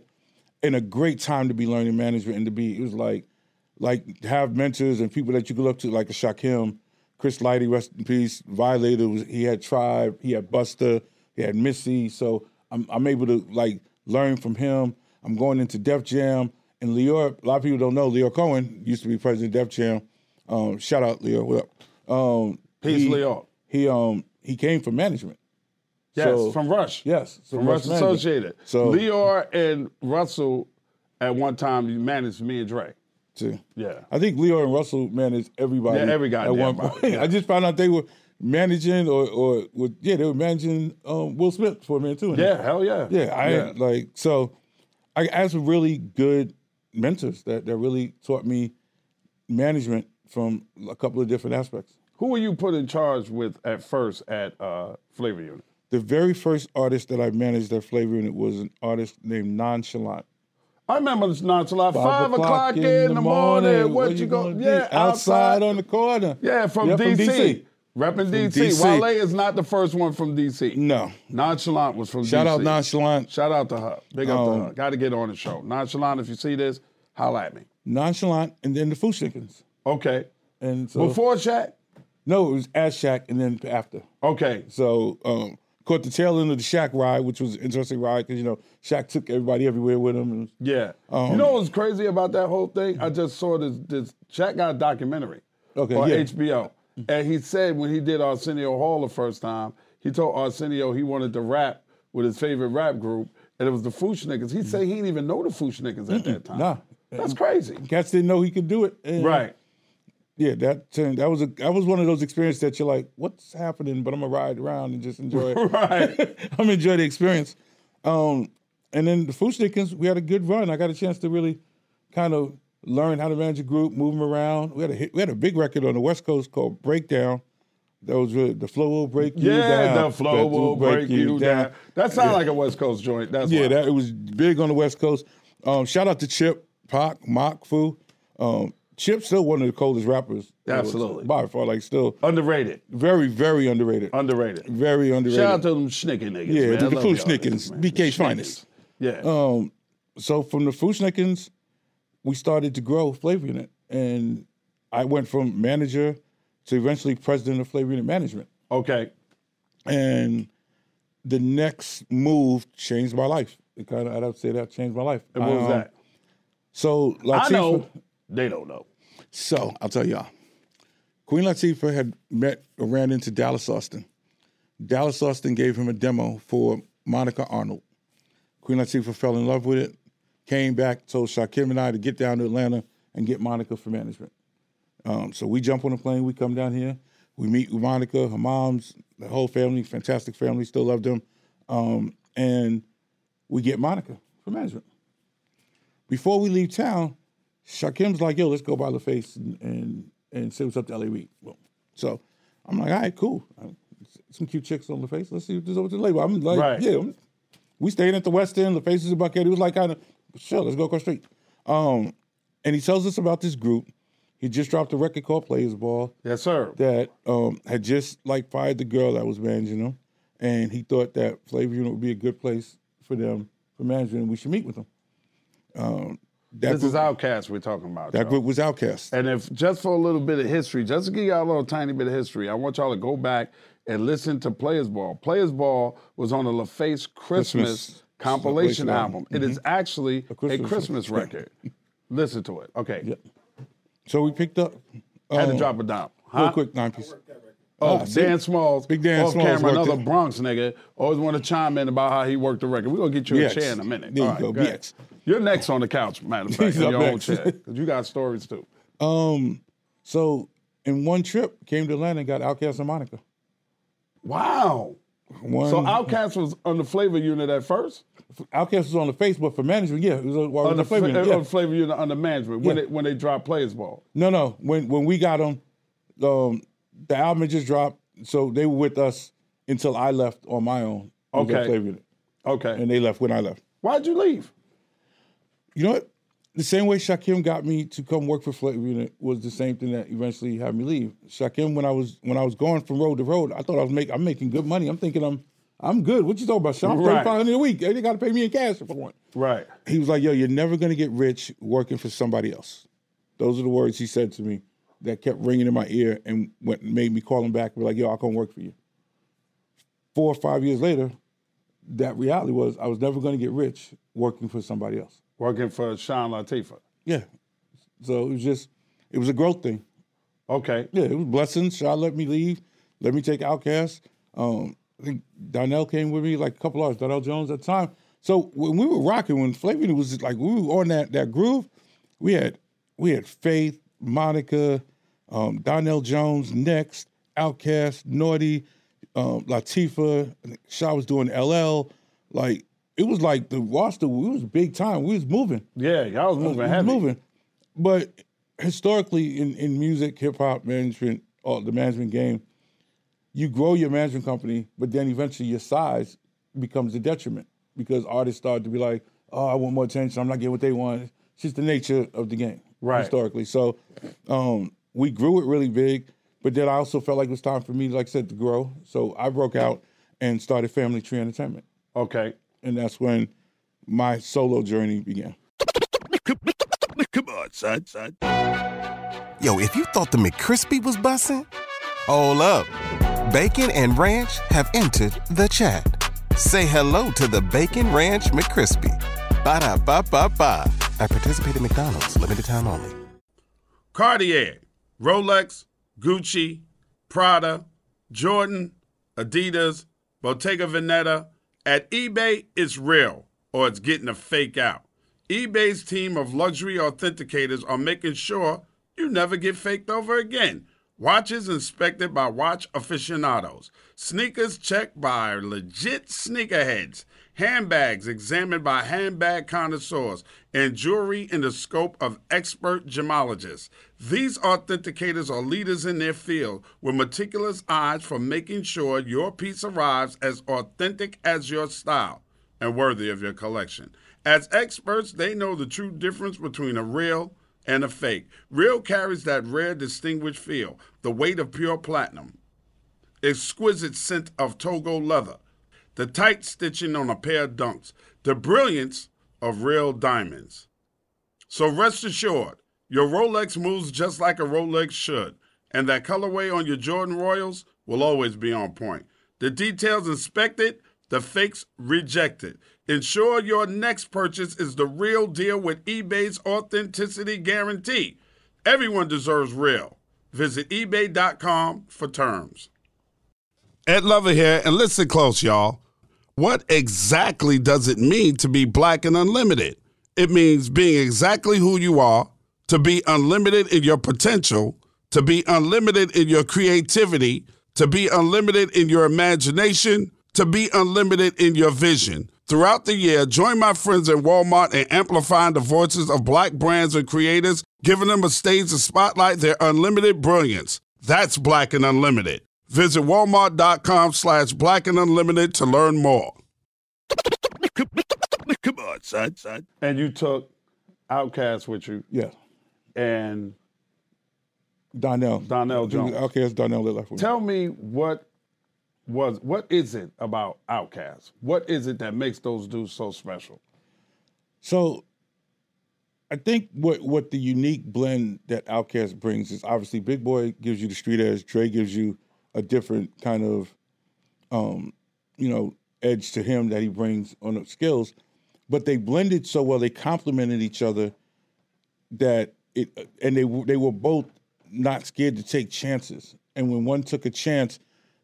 Speaker 2: and a great time to be learning management and to be, it was like, like have mentors and people that you could look to, like a Shaquem, Chris Lighty, rest in peace. Violator was he had Tribe, he had Buster, he had Missy. So I'm I'm able to like learn from him. I'm going into Def Jam and Lior. A lot of people don't know Leo Cohen used to be president of Def Jam. Um, shout out Leo, what up? Um,
Speaker 1: Peace,
Speaker 2: he-
Speaker 1: Leo.
Speaker 2: He um he came from management.
Speaker 1: Yes,
Speaker 2: So-
Speaker 1: from Rush.
Speaker 2: Yes, so
Speaker 1: from Rush,
Speaker 2: Management.
Speaker 1: Associated. So
Speaker 2: So
Speaker 1: Leor and Russell, at one time, managed me and Dre.
Speaker 2: too.
Speaker 1: Yeah.
Speaker 2: I think Leo and Russell managed everybody.
Speaker 1: Yeah, every
Speaker 2: guy
Speaker 1: goddamn
Speaker 2: at one
Speaker 1: body,
Speaker 2: point. I just found out they were managing or or with, yeah, they were managing um, Will Smith for a minute too.
Speaker 1: Yeah, hell yeah.
Speaker 2: yeah. I like so. I had some really good mentors that that really taught me management from a couple of different aspects.
Speaker 1: Who were you put in charge with at first at uh, Flavor Unit?
Speaker 2: The very first artist that I managed at Flavor Unit was an artist named Nonchalant.
Speaker 1: I remember it's not till like five, o'clock in, the morning. What, you going?
Speaker 2: gonna
Speaker 1: Yeah,
Speaker 2: do? outside on the corner.
Speaker 1: Yeah, from,
Speaker 2: Yeah,
Speaker 1: DC. Repping
Speaker 2: From
Speaker 1: DC.
Speaker 2: DC.
Speaker 1: Wale is not the first one from DC.
Speaker 2: No,
Speaker 1: Nonchalant was from
Speaker 2: shout
Speaker 1: DC.
Speaker 2: out Nonchalant.
Speaker 1: Shout out to her. Big up
Speaker 2: Um,
Speaker 1: to her. Got to get on the show. Nonchalant, if you see this, holla at me.
Speaker 2: Nonchalant, and then the Food Chickens.
Speaker 1: Okay.
Speaker 2: And so
Speaker 1: Before Shaq?
Speaker 2: no, it was at Shack, and then after.
Speaker 1: Okay.
Speaker 2: So um, Caught the tail end of the Shaq ride, which was an interesting ride because you know Shaq took everybody everywhere with him. And,
Speaker 1: Yeah.
Speaker 2: Um,
Speaker 1: you know what's crazy about that whole thing? I just saw this this Shaq got a documentary
Speaker 2: Okay,
Speaker 1: on
Speaker 2: yeah.
Speaker 1: HBO. And he said when he did Arsenio Hall the first time, he told Arsenio he wanted to rap with his favorite rap group, and it was the Fushnickers. He said he didn't even know the Fushnickers at that time.
Speaker 2: Nah,
Speaker 1: That's crazy.
Speaker 2: cats didn't know he could do it. And,
Speaker 1: Right.
Speaker 2: Yeah, that turned, that was a that was one of those experiences that you're like, what's happening? But I'm gonna ride around and just enjoy it.
Speaker 1: Right.
Speaker 2: I'm gonna enjoy the experience. Um, and then the Fushnikins, we had a good run. I got a chance to really kind of learn how to manage a group, move them around. We had a hit, we had a big record on the West Coast called Breakdown. That was really, the flow will break you down.
Speaker 1: Yeah, the
Speaker 2: That
Speaker 1: flow will break you down. That sounds like a West Coast joint. That's
Speaker 2: yeah,
Speaker 1: why.
Speaker 2: that it was big on the West Coast. Um, shout out to Chip, Pac, Mock, Fu. Um, Chip's still one of the coldest rappers.
Speaker 1: Absolutely.
Speaker 2: By far, like still
Speaker 1: underrated.
Speaker 2: very, very underrated.
Speaker 1: Underrated.
Speaker 2: Very underrated.
Speaker 1: Shout out to them Schnicker niggas.
Speaker 2: Yeah,
Speaker 1: man.
Speaker 2: the,
Speaker 1: I
Speaker 2: the
Speaker 1: love
Speaker 2: Food
Speaker 1: y'all niggas,
Speaker 2: Snickens,
Speaker 1: man.
Speaker 2: BK's
Speaker 1: Schnickers.
Speaker 2: finest.
Speaker 1: Yeah.
Speaker 2: Um, so from the Food Snickens, we started to grow Flavor Unit. And I went from manager to eventually president of Flavor Unit Management.
Speaker 1: okay.
Speaker 2: And the next move changed my life. It kind of, I'd have to say that changed my life.
Speaker 1: And what was
Speaker 2: Um,
Speaker 1: that?
Speaker 2: So Latifah,
Speaker 1: I know. They don't know.
Speaker 2: So I'll tell y'all. Queen Latifah had met or ran into Dallas Austin. Dallas Austin gave him a demo for Monica Arnold. Queen Latifah fell in love with it, came back, told Shaquem and I to get down to Atlanta and get Monica for management. Um, so we jump on a plane, we come down here, we meet with Monica, her mom's, the whole family, fantastic family, still love them. Um, and we get Monica for management. Before we leave town, Shakim's like, yo, let's go by LaFace and, and, and see what's up to LA Reid. Well, So I'm like, all right, cool. Um, Some cute chicks on LaFace. Let's see what's over to the label. I'm like,
Speaker 1: Right.
Speaker 2: yeah. I'm- we stayed at the West End. LaFace is a bucket. He was like, kind of, sure, let's go across the street. Um, and he tells us about this group. He just dropped a record called Players Ball
Speaker 1: Yes, sir.
Speaker 2: that um, had just like fired the girl that was managing them, and he thought that Flavor Unit would be a good place for them for management, and we should meet with them. Um, that
Speaker 1: This
Speaker 2: group,
Speaker 1: is Outcast we're talking about.
Speaker 2: that
Speaker 1: y'all.
Speaker 2: group was Outcast.
Speaker 1: And if just for a little bit of history, just to give y'all a little tiny bit of history, I want y'all to go back and listen to Players Ball. Players Ball was on the LaFace Christmas,
Speaker 2: Christmas
Speaker 1: compilation
Speaker 2: compilation
Speaker 1: album.
Speaker 2: album. Mm-hmm.
Speaker 1: It is actually a Christmas,
Speaker 2: Christmas-
Speaker 1: record. listen to it. Okay.
Speaker 2: So we picked up.
Speaker 1: Had to
Speaker 2: um,
Speaker 1: drop it down.
Speaker 2: real
Speaker 1: Huh?
Speaker 2: quick nine piece.
Speaker 1: Oh,
Speaker 2: Ah, see?
Speaker 1: Dan Smalls.
Speaker 2: Big Dan
Speaker 1: off
Speaker 2: Smalls
Speaker 1: camera,
Speaker 2: worked
Speaker 1: another
Speaker 2: it.
Speaker 1: Bronx nigga. Always want to chime in about how he worked the record. We're going to get you a
Speaker 2: BX.
Speaker 1: chair in a minute.
Speaker 2: There you go,
Speaker 1: ahead.
Speaker 2: BX.
Speaker 1: You're next on the couch, matter of fact, in
Speaker 2: He's up
Speaker 1: your own
Speaker 2: next.
Speaker 1: chair. 'cause you got stories too.
Speaker 2: Um, so in one trip, came to Atlanta and got Outcast and Monica.
Speaker 1: Wow.
Speaker 2: One,
Speaker 1: So Outkast was on the flavor unit at first.
Speaker 2: Outcast was on the Facebook for management. Yeah, it was on, well,
Speaker 1: On the,
Speaker 2: the Flavor
Speaker 1: fla-
Speaker 2: Unit,
Speaker 1: on
Speaker 2: yeah.
Speaker 1: the flavor unit under management when
Speaker 2: Yeah.
Speaker 1: they when they dropped players ball.
Speaker 2: No, no. When when we got them, um, the album had just dropped, so they were with us until I left on my own. We got
Speaker 1: Okay.
Speaker 2: Flavor Unit,
Speaker 1: Okay.
Speaker 2: and they left when I left.
Speaker 1: Why'd you leave?
Speaker 2: You know what? The same way Shakim got me to come work for Flavor Unit was the same thing that eventually had me leave. Shakim, when I was when I was going from road to road, I thought I was making I'm making good money. I'm thinking I'm I'm good. What you talking about? Sean? I'm
Speaker 1: Right.
Speaker 2: 3500 a week. They got to pay me in cash if I want.
Speaker 1: Right.
Speaker 2: He was like, "Yo, you're never gonna get rich working for somebody else." Those are the words he said to me that kept ringing in my ear and what made me call him back and be like, "Yo, I'll come work for you." Four or five years later, that reality was I was never gonna get rich working for somebody else.
Speaker 1: Working for Sean Latifah.
Speaker 2: Yeah. So it was just, it was a growth thing.
Speaker 1: Okay.
Speaker 2: Yeah, it was blessings. God let me leave, let me take Outcast. Um, I think Donnell came with me like a couple hours. Donnell Jones at the time. So when we were rocking, when Flavor Unit was just like we were on that that groove, we had we had Faith, Monica, um, Donnell Jones, Next, Outcast, Naughty, um, Latifah. I think Shaw was doing LL. Like it was like the roster. We was big time. We was moving.
Speaker 1: Yeah, y'all was moving
Speaker 2: It's
Speaker 1: heavy.
Speaker 2: moving. But historically, in, in music, hip hop, management, all the management game, you grow your management company, but then eventually your size becomes a detriment because artists start to be like, oh, I want more attention. I'm not getting what they want. It's just the nature of the game,
Speaker 1: Right.
Speaker 2: historically. So um, we grew it really big, but then I also felt like it was time for me, like I said, to grow. So I broke out and started Family Tree Entertainment.
Speaker 1: Okay.
Speaker 2: And that's when my solo journey began.
Speaker 3: Come on, son, son. Yo, if you thought the McCrispy was bussin', hold up. Bacon and Ranch have entered the chat. Say hello to the Bacon Ranch McCrispy. Ba da ba ba ba. At participating McDonald's, limited time only.
Speaker 1: Cartier, Rolex, Gucci, Prada, Jordan, Adidas, Bottega Veneta. At eBay, it's real or it's getting a fake out. eBay's team of luxury authenticators are making sure you never get faked over again. Watches inspected by watch aficionados, sneakers checked by legit sneakerheads, handbags examined by handbag connoisseurs, and jewelry in the scope of expert gemologists. These authenticators are leaders in their field with meticulous eyes for making sure your piece arrives as authentic as your style and worthy of your collection. As experts, they know the true difference between a real and a fake. Real carries that rare, distinguished feel, the weight of pure platinum, exquisite scent of Togo leather, the tight stitching on a pair of dunks, the brilliance of real diamonds. So rest assured, your Rolex moves just like a Rolex should, and that colorway on your Jordan Royals will always be on point. The details inspected, the fakes rejected. Ensure your next purchase is the real deal with eBay's authenticity guarantee. Everyone deserves real. Visit ebay.com for terms. Ed Lover here, and listen close, y'all. What exactly does it mean to be black and unlimited? It means being exactly who you are, to be unlimited in your potential, to be unlimited in your creativity, to be unlimited in your imagination, to be unlimited in your vision. Throughout the year, join my friends at Walmart in amplifying the voices of black brands and creators, giving them a stage to spotlight their unlimited brilliance. That's Black and Unlimited. Visit walmart.com slash black and unlimited to learn more.
Speaker 9: Come on, son, son.
Speaker 10: And you took Outcast with you.
Speaker 4: Yeah.
Speaker 10: And
Speaker 4: Donnell.
Speaker 10: Donnell Jones.
Speaker 4: Okay, it's Donnell that left with me.
Speaker 10: Tell me what was what is it about Outkast? What is it that makes those dudes so special?
Speaker 4: So I think what what the unique blend that Outkast brings is obviously Big Boy gives you the street edge, Dre gives you a different kind of um, you know, edge to him that he brings on the skills, but they blended so well, they complemented each other that it and they were- they were both not scared to take chances. And when one took a chance,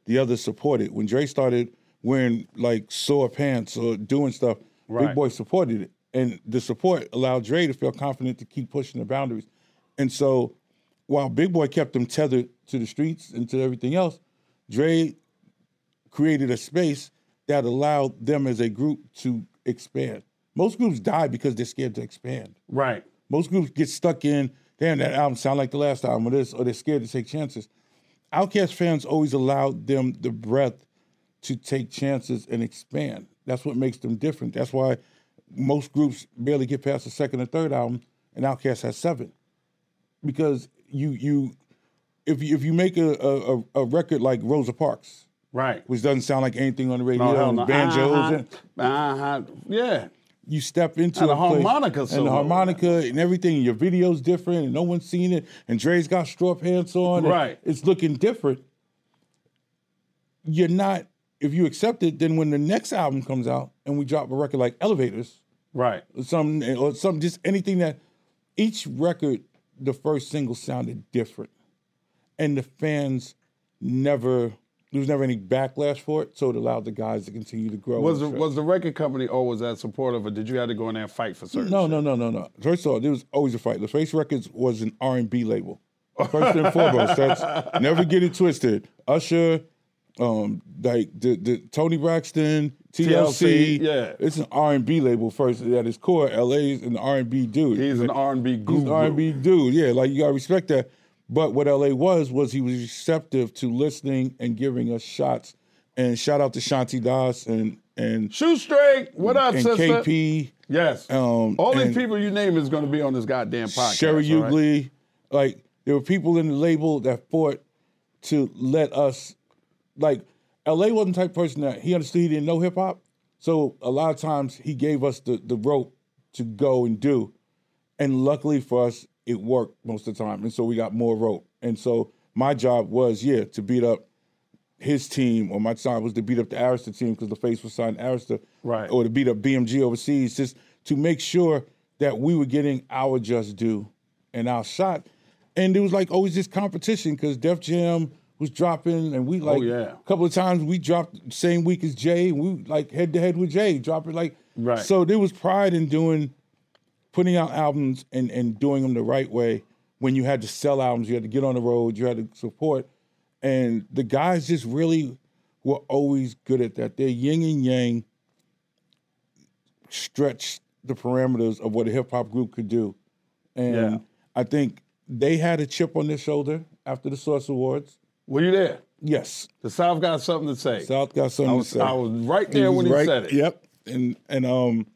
Speaker 4: the other supported. When Dre started wearing like sore pants or doing stuff,
Speaker 10: Right.
Speaker 4: Big Boy supported it, and the support allowed Dre to feel confident to keep pushing the boundaries. And so, while Big Boy kept them tethered to the streets and to everything else, Dre created a space that allowed them as a group to expand. Most groups die because they're scared to expand.
Speaker 10: Right.
Speaker 4: Most groups get stuck in, damn, that album sound like the last album or this, or they're scared to take chances. Outcast fans always allowed them the breath to take chances and expand. That's what makes them different. That's why most groups barely get past the second or third album, and Outcast has seven. Because you you if you if you make a a, a- a record like Rosa Parks,
Speaker 10: right,
Speaker 4: which doesn't sound like anything on the radio,
Speaker 10: No, Oh, hell
Speaker 4: and
Speaker 10: no.
Speaker 4: banjos,
Speaker 10: Uh-huh.
Speaker 4: and
Speaker 10: Uh-huh. Yeah.
Speaker 4: you step into
Speaker 10: And
Speaker 4: a
Speaker 10: the
Speaker 4: place-
Speaker 10: harmonica
Speaker 4: and
Speaker 10: solo.
Speaker 4: the harmonica and everything. and Your video's different, and no one's seen it. And Dre's got straw pants on, and
Speaker 10: Right.
Speaker 4: It's looking different. You're not. If you accept it, then when the next album comes out and we drop a record like Elevators,
Speaker 10: right,
Speaker 4: or some or some just anything that each record, the first single sounded different, and the fans never. There was never any backlash for it, so it allowed the guys to continue to grow.
Speaker 10: Was
Speaker 4: and
Speaker 10: the,
Speaker 4: stretch.
Speaker 10: was the record company always that supportive, or did you have to go in there and fight for certain?
Speaker 4: No, no, no, no, no. First of all, there was always a fight. LaFace Records was an R and B label. First and foremost, that's never get it twisted. Usher, um, like the, the Tony Braxton, TLC,
Speaker 10: TLC, yeah.
Speaker 4: it's an R and B label first at its core. LA's an R and B dude.
Speaker 10: He's an R&B
Speaker 4: He's an
Speaker 10: guru.
Speaker 4: R and B dude. Yeah, like you gotta respect that. But what LA was was he was receptive to listening and giving us shots. And shout out to Shanti Das and and
Speaker 10: Shoestring, what up,
Speaker 4: and
Speaker 10: sister?
Speaker 4: KP.
Speaker 10: Yes.
Speaker 4: Um,
Speaker 10: all these
Speaker 4: and-
Speaker 10: people you name is going to be on this goddamn podcast.
Speaker 4: Sherry
Speaker 10: all right?
Speaker 4: Ugly. Like there were people in the label that fought to let us like LA wasn't the type of person that he understood he didn't know hip hop. So a lot of times he gave us the the rope to go and do. And luckily for us, it worked most of the time. And so we got more rope. And so my job was, yeah, to beat up his team on my time was to beat up the Arista team because the face was signed Arista, right? Or to beat up BMG overseas, just to make sure that we were getting our just due and our shot. And it was like always this competition because Def Jam was dropping, and we like
Speaker 1: Oh, yeah.
Speaker 4: a couple of times we dropped same week as Jay, and we like head to head with Jay, dropping like
Speaker 1: Right.
Speaker 4: So there was pride in doing putting out albums and, and doing them the right way when you had to sell albums, you had to get on the road, you had to support. And the guys just really were always good at that. Their yin and yang stretched the parameters of what a hip hop group could do. And
Speaker 1: Yeah.
Speaker 4: I think they had a chip on their shoulder after the Source Awards.
Speaker 1: Were you there?
Speaker 4: Yes.
Speaker 1: The South got something to say.
Speaker 4: South got something
Speaker 1: I was-
Speaker 4: to say.
Speaker 1: I was right there when he said it.
Speaker 4: Yep. And and um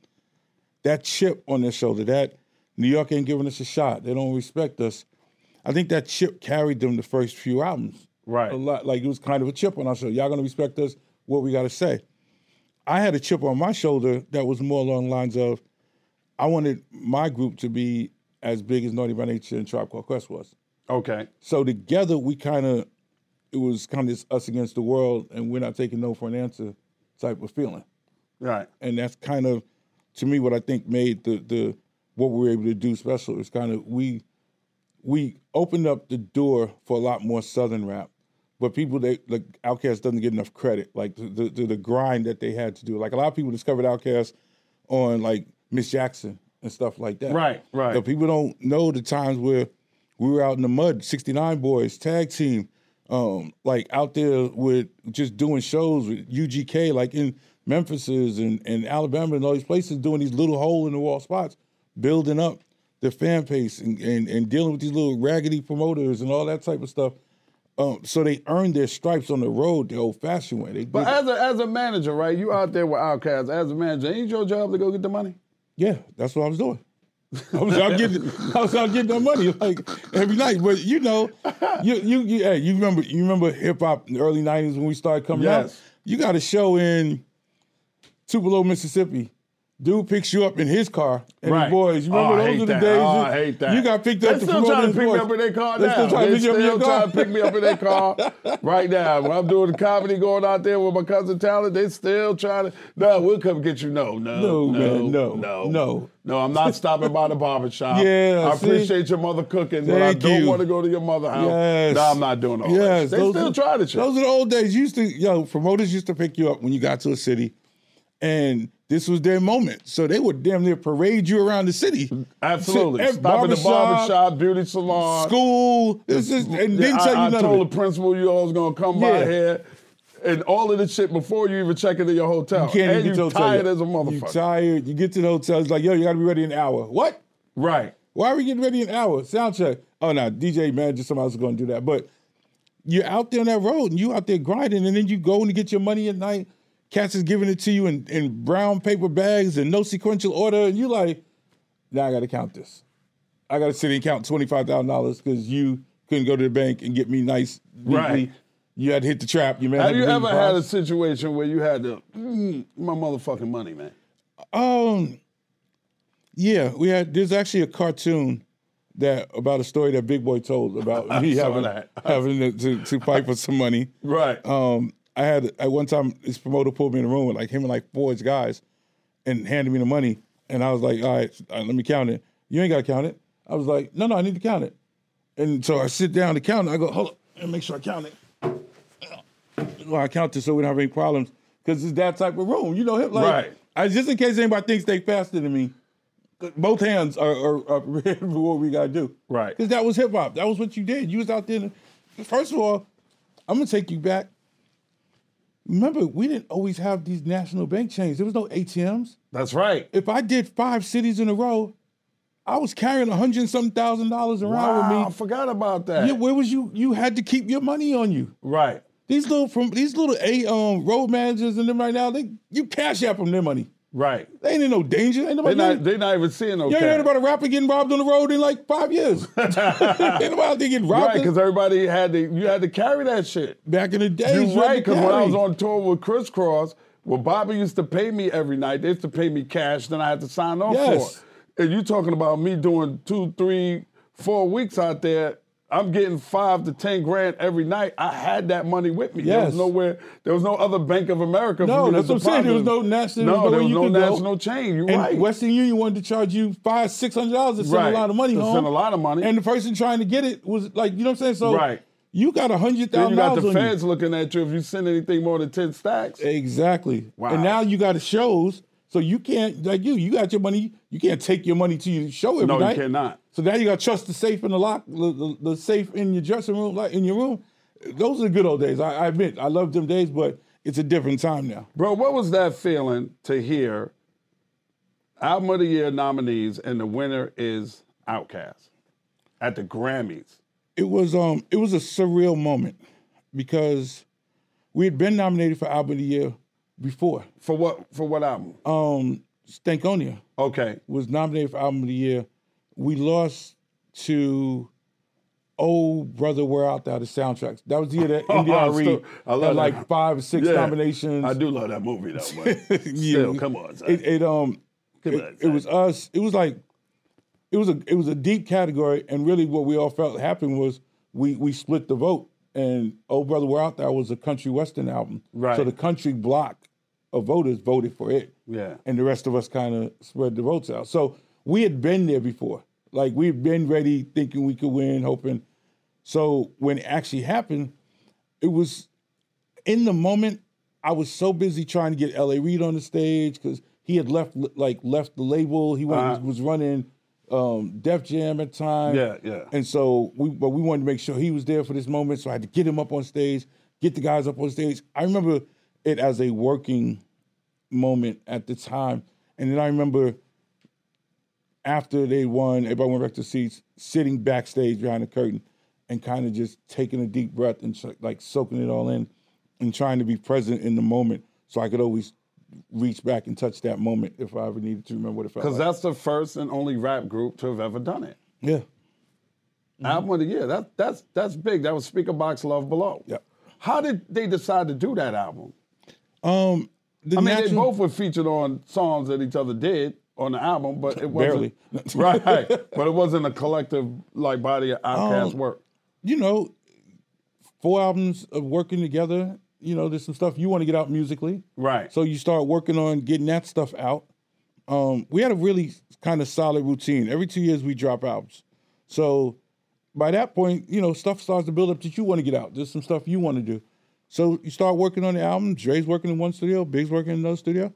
Speaker 4: that chip on their shoulder, that New York ain't giving us a shot. They don't respect us. I think that chip carried them the first few albums. Right. A lot like it was kind of a chip on our shoulder. Y'all gonna respect us, what we gotta say. I had a chip on my shoulder that was more along the lines of I wanted my group to be as big as Naughty by Nature and Tribe Called Quest was.
Speaker 1: Okay.
Speaker 4: So together we kind of, it was kind of this us against the world, and we're not taking no for an answer type of feeling.
Speaker 1: Right.
Speaker 4: And that's kind of, to me, what I think made the the what we were able to do special. It's kind of we we opened up the door for a lot more southern rap, but people they like Outkast doesn't get enough credit. Like the the, the, the grind that they had to do. Like a lot of people discovered Outkast on like Miss Jackson and stuff like that.
Speaker 1: Right, right.
Speaker 4: But people don't know the times where we were out in the mud, 69 boys, tag team, um, like out there with just doing shows with UGK, like in Memphis and, and Alabama and all these places, doing these little hole in the wall spots, building up the fan base and, and, and dealing with these little raggedy promoters and all that type of stuff. Um, so they earned their stripes on the road the old fashioned way. They
Speaker 1: But
Speaker 4: did-
Speaker 1: as a as a manager, right? You out there with Outkast as a manager. Ain't your job to go get the money?
Speaker 4: Yeah, that's what I was doing. I was out getting, I was out getting that money like every night. But you know, you you you, hey, you remember you remember hip hop in the early '90s when we started coming out.
Speaker 1: Yes.
Speaker 4: You got a show in Tupelo, Mississippi. Dude picks you up in his car and
Speaker 1: Right.
Speaker 4: his boys. You remember
Speaker 1: Oh, I
Speaker 4: those
Speaker 1: hate
Speaker 4: are the
Speaker 1: that.
Speaker 4: days
Speaker 1: Oh,
Speaker 4: you-
Speaker 1: I hate that.
Speaker 4: you got picked
Speaker 1: They
Speaker 4: up.
Speaker 1: still
Speaker 4: promoter
Speaker 1: trying to
Speaker 4: his
Speaker 1: pick me
Speaker 4: boys.
Speaker 1: up in their car
Speaker 4: They still
Speaker 1: now.
Speaker 4: trying to
Speaker 1: They
Speaker 4: pick you up in
Speaker 1: still
Speaker 4: your car.
Speaker 1: trying to pick me up in their car right now. When I'm doing the comedy, going out there with my cousin Talent, they still trying to. No, we'll come get you. No, no,
Speaker 4: No, man, no,
Speaker 1: no,
Speaker 4: no.
Speaker 1: no. I'm not stopping by the barber shop.
Speaker 4: Yeah,
Speaker 1: I
Speaker 4: see?
Speaker 1: appreciate your mother cooking, but I
Speaker 4: Thank
Speaker 1: don't
Speaker 4: you.
Speaker 1: want to go to your mother house.
Speaker 4: Yes.
Speaker 1: No, I'm not doing all
Speaker 4: yes.
Speaker 1: that. They
Speaker 4: those
Speaker 1: still
Speaker 4: are-
Speaker 1: try to. shit.
Speaker 4: Those are the old days. You used to, yo, promoters used to pick you up when you got to a city, and this was their moment. So they would damn near parade you around the city.
Speaker 1: Absolutely.
Speaker 4: Sit-
Speaker 1: Stop at the barber shop, beauty salon,
Speaker 4: school. This is and
Speaker 1: Yeah,
Speaker 4: didn't tell you
Speaker 1: I, I
Speaker 4: nothing.
Speaker 1: told the principal you always gonna come by
Speaker 4: Yeah.
Speaker 1: here, and all of this shit before you even check into your hotel.
Speaker 4: You can't
Speaker 1: and
Speaker 4: even get
Speaker 1: you
Speaker 4: to the hotel
Speaker 1: tired
Speaker 4: yet.
Speaker 1: as a motherfucker.
Speaker 4: You tired. You get to the hotel. It's like, yo, you got to be ready in an hour. What?
Speaker 1: Right.
Speaker 4: Why are we getting ready in an hour? Sound check. Oh no, DJ manager, somebody else is going to do that. But you're out there on that road and you out there grinding, and then you go and get your money at night. Cats is giving it to you in, in brown paper bags and no sequential order, and you like, now I got to count this. I got to sit and count twenty five thousand dollars because you couldn't go to the bank and get me nice. weekly.
Speaker 1: Right.
Speaker 4: You had to hit the trap. You man.
Speaker 1: Have
Speaker 4: had to
Speaker 1: you
Speaker 4: bring
Speaker 1: ever
Speaker 4: the
Speaker 1: had a
Speaker 4: box.
Speaker 1: situation where you had to mm, my motherfucking money, man?
Speaker 4: Um, yeah, we had. There's actually a cartoon that about a story that Big Boy told about
Speaker 1: I
Speaker 4: me
Speaker 1: saw
Speaker 4: having
Speaker 1: that.
Speaker 4: having to, to, to fight for some money.
Speaker 1: Right.
Speaker 4: Um, I had at one time this promoter pulled me in the room with like him and like four of his guys, and handed me the money, and I was like, all right, all right, let me count it. You ain't got to count it. I was like, no, no, I need to count it. And so I sit down to count. it. I go, hold up, and make sure I count it. Well, I count this so we don't have any problems because it's that type of room. You know him, like
Speaker 1: Right.
Speaker 4: I, just in case anybody thinks they faster than me. Both hands are, are, are prepared for what we gotta do.
Speaker 1: Right.
Speaker 4: Because that was hip hop. That was what you did. You was out there. in the- First of all, I'm gonna take you back. Remember, we didn't always have these national bank chains. There was no ATMs.
Speaker 1: That's right.
Speaker 4: If I did five cities in a row, I was carrying a hundred and something thousand dollars around with
Speaker 1: Wow,
Speaker 4: me.
Speaker 1: I forgot about that.
Speaker 4: Yeah, where was you? You had to keep your money on you.
Speaker 1: Right.
Speaker 4: These little from these little a um road managers and them right now, they you cash app them their money.
Speaker 1: Right.
Speaker 4: They ain't in no danger. Ain't
Speaker 1: They
Speaker 4: nobody.
Speaker 1: not they not even seeing no
Speaker 4: you ain't
Speaker 1: cash.
Speaker 4: heard about a rapper getting robbed on the road in like five years. ain't nobody out there getting robbed.
Speaker 1: Right, because everybody had to you had to carry that shit.
Speaker 4: back in the day,
Speaker 1: You're right, because when I was on tour with Criss Cross, well, Bobby used to pay me every night. They used to pay me cash, then I had to sign off
Speaker 4: Yes.
Speaker 1: for it. And you talking about me doing two, three, four weeks out there. I'm getting five to ten grand every night. I had that money with me. There was
Speaker 4: Yes.
Speaker 1: nowhere. There was no other Bank of America.
Speaker 4: No,
Speaker 1: for me to
Speaker 4: that's what I'm saying.
Speaker 1: deposit.
Speaker 4: There was no national.
Speaker 1: No, there
Speaker 4: way
Speaker 1: was
Speaker 4: you
Speaker 1: no
Speaker 4: could go.
Speaker 1: national chain. You're
Speaker 4: and
Speaker 1: right.
Speaker 4: Western Union wanted to charge you five, six hundred dollars to send
Speaker 1: Right.
Speaker 4: a lot of money
Speaker 1: To
Speaker 4: home.
Speaker 1: send a lot of money.
Speaker 4: And the person trying to get it was like, you know what I'm saying? So
Speaker 1: Right.
Speaker 4: you got a hundred
Speaker 1: Then you
Speaker 4: thousand
Speaker 1: got
Speaker 4: dollars
Speaker 1: the
Speaker 4: on you.
Speaker 1: feds looking at you if you send anything more than ten stacks.
Speaker 4: Exactly.
Speaker 1: Wow.
Speaker 4: And now you got shows, so you can't like you. You got your money. You can't take your money to your show every
Speaker 1: No, you
Speaker 4: night.
Speaker 1: cannot.
Speaker 4: So now you got to trust the safe in the lock, the, the, the safe in your dressing room, like in your room. Those are the good old days. I, I admit, I love them days, but it's a different time now.
Speaker 1: Bro, what was that feeling to hear album of the year nominees and the winner is Outkast at the Grammys?
Speaker 4: it was um it was a surreal moment because we had been nominated for album of the year before.
Speaker 1: For what for what album?
Speaker 4: Um Stankonia.
Speaker 1: Okay.
Speaker 4: Was nominated for album of the year. We lost to Oh Brother Where Out Thou the soundtracks. That was the year that
Speaker 1: Oh,
Speaker 4: NDRE
Speaker 1: still- I love
Speaker 4: had like
Speaker 1: that.
Speaker 4: five or six
Speaker 1: Yeah.
Speaker 4: nominations.
Speaker 1: I do love that movie though, but still, come on. son.
Speaker 4: It, it um,
Speaker 1: Come
Speaker 4: it,
Speaker 1: on,
Speaker 4: it was us. It was like, it was a it was a deep category, and really what we all felt happened was we we split the vote, and Oh Brother We're Out There was a country western album,
Speaker 1: Right.
Speaker 4: So the country block of voters voted for it,
Speaker 1: Yeah.
Speaker 4: and the rest of us kind of spread the votes out. So we had been there before, like we've been ready, thinking we could win, hoping. So when it actually happened, it was in the moment, I was so busy trying to get L.A. Reid on the stage because he had left, like left the label. He went,
Speaker 1: Uh-huh.
Speaker 4: was running um, Def Jam at the time.
Speaker 1: Yeah, yeah.
Speaker 4: And so we, but we wanted to make sure he was there for this moment, so I had to get him up on stage, get the guys up on stage. I remember it as a working moment at the time, and then I remember after they won, everybody went back to seats, sitting backstage behind the curtain, and kind of just taking a deep breath and so- like soaking it all in, and trying to be present in the moment, so I could always reach back and touch that moment if I ever needed to remember what it felt
Speaker 1: Because
Speaker 4: like.
Speaker 1: that's the first and only rap group to have ever done it.
Speaker 4: yeah, Mm-hmm.
Speaker 1: Album of the year. That that's that's big. That was Speaker Box Love Below.
Speaker 4: Yep.
Speaker 1: How did they decide to do that album?
Speaker 4: um, the
Speaker 1: I mean, they
Speaker 4: natural-
Speaker 1: both were featured on songs that each other did on the album, but it wasn't
Speaker 4: Barely.
Speaker 1: right. But it wasn't a collective like body of outcast
Speaker 4: Um,
Speaker 1: work.
Speaker 4: you know, four albums of working together. You know, there's some stuff you want to get out musically.
Speaker 1: Right.
Speaker 4: So you start working on getting that stuff out. Um, we had a really kind of solid routine. Every two years we drop albums. So by that point, you know, stuff starts to build up that you want to get out. There's some stuff you want to do. So you start working on the album. Dre's working in one studio, Big's working in another studio.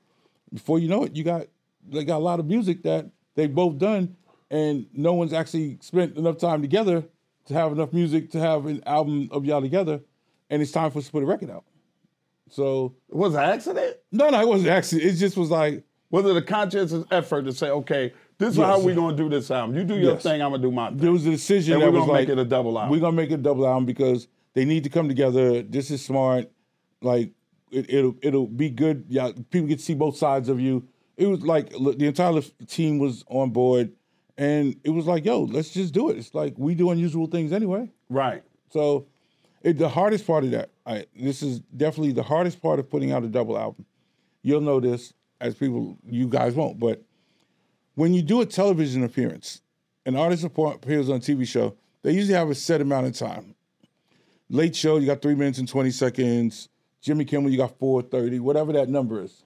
Speaker 4: Before you know it, you got they got a lot of music that they both done, and no one's actually spent enough time together to have enough music to have an album of y'all together. And it's time for us to put a record out. So
Speaker 1: It was an accident?
Speaker 4: no, no, it wasn't actually. It just was like
Speaker 1: Was it a conscientious effort to say, okay, this is
Speaker 4: Yes.
Speaker 1: how we're gonna do this album. You do your
Speaker 4: Yes.
Speaker 1: thing, I'm gonna do my thing.
Speaker 4: there was a decision
Speaker 1: And
Speaker 4: that
Speaker 1: we're
Speaker 4: was
Speaker 1: gonna
Speaker 4: like
Speaker 1: make it a double album.
Speaker 4: We're gonna make it a double album because they need to come together. This is smart. Like it, it'll it'll be good. Yeah, people get to see both sides of you. It was like look, the entire team was on board, and it was like, yo, let's just do it. It's like we do unusual things anyway.
Speaker 1: Right.
Speaker 4: So, it, the hardest part of that, I, this is definitely the hardest part of putting out a double album. You'll know this as people, you guys won't, but when you do a television appearance, an artist appo- appears on a TV show, they usually have a set amount of time. Late show, you got three minutes and 20 seconds. Jimmy Kimmel, you got 430, whatever that number is.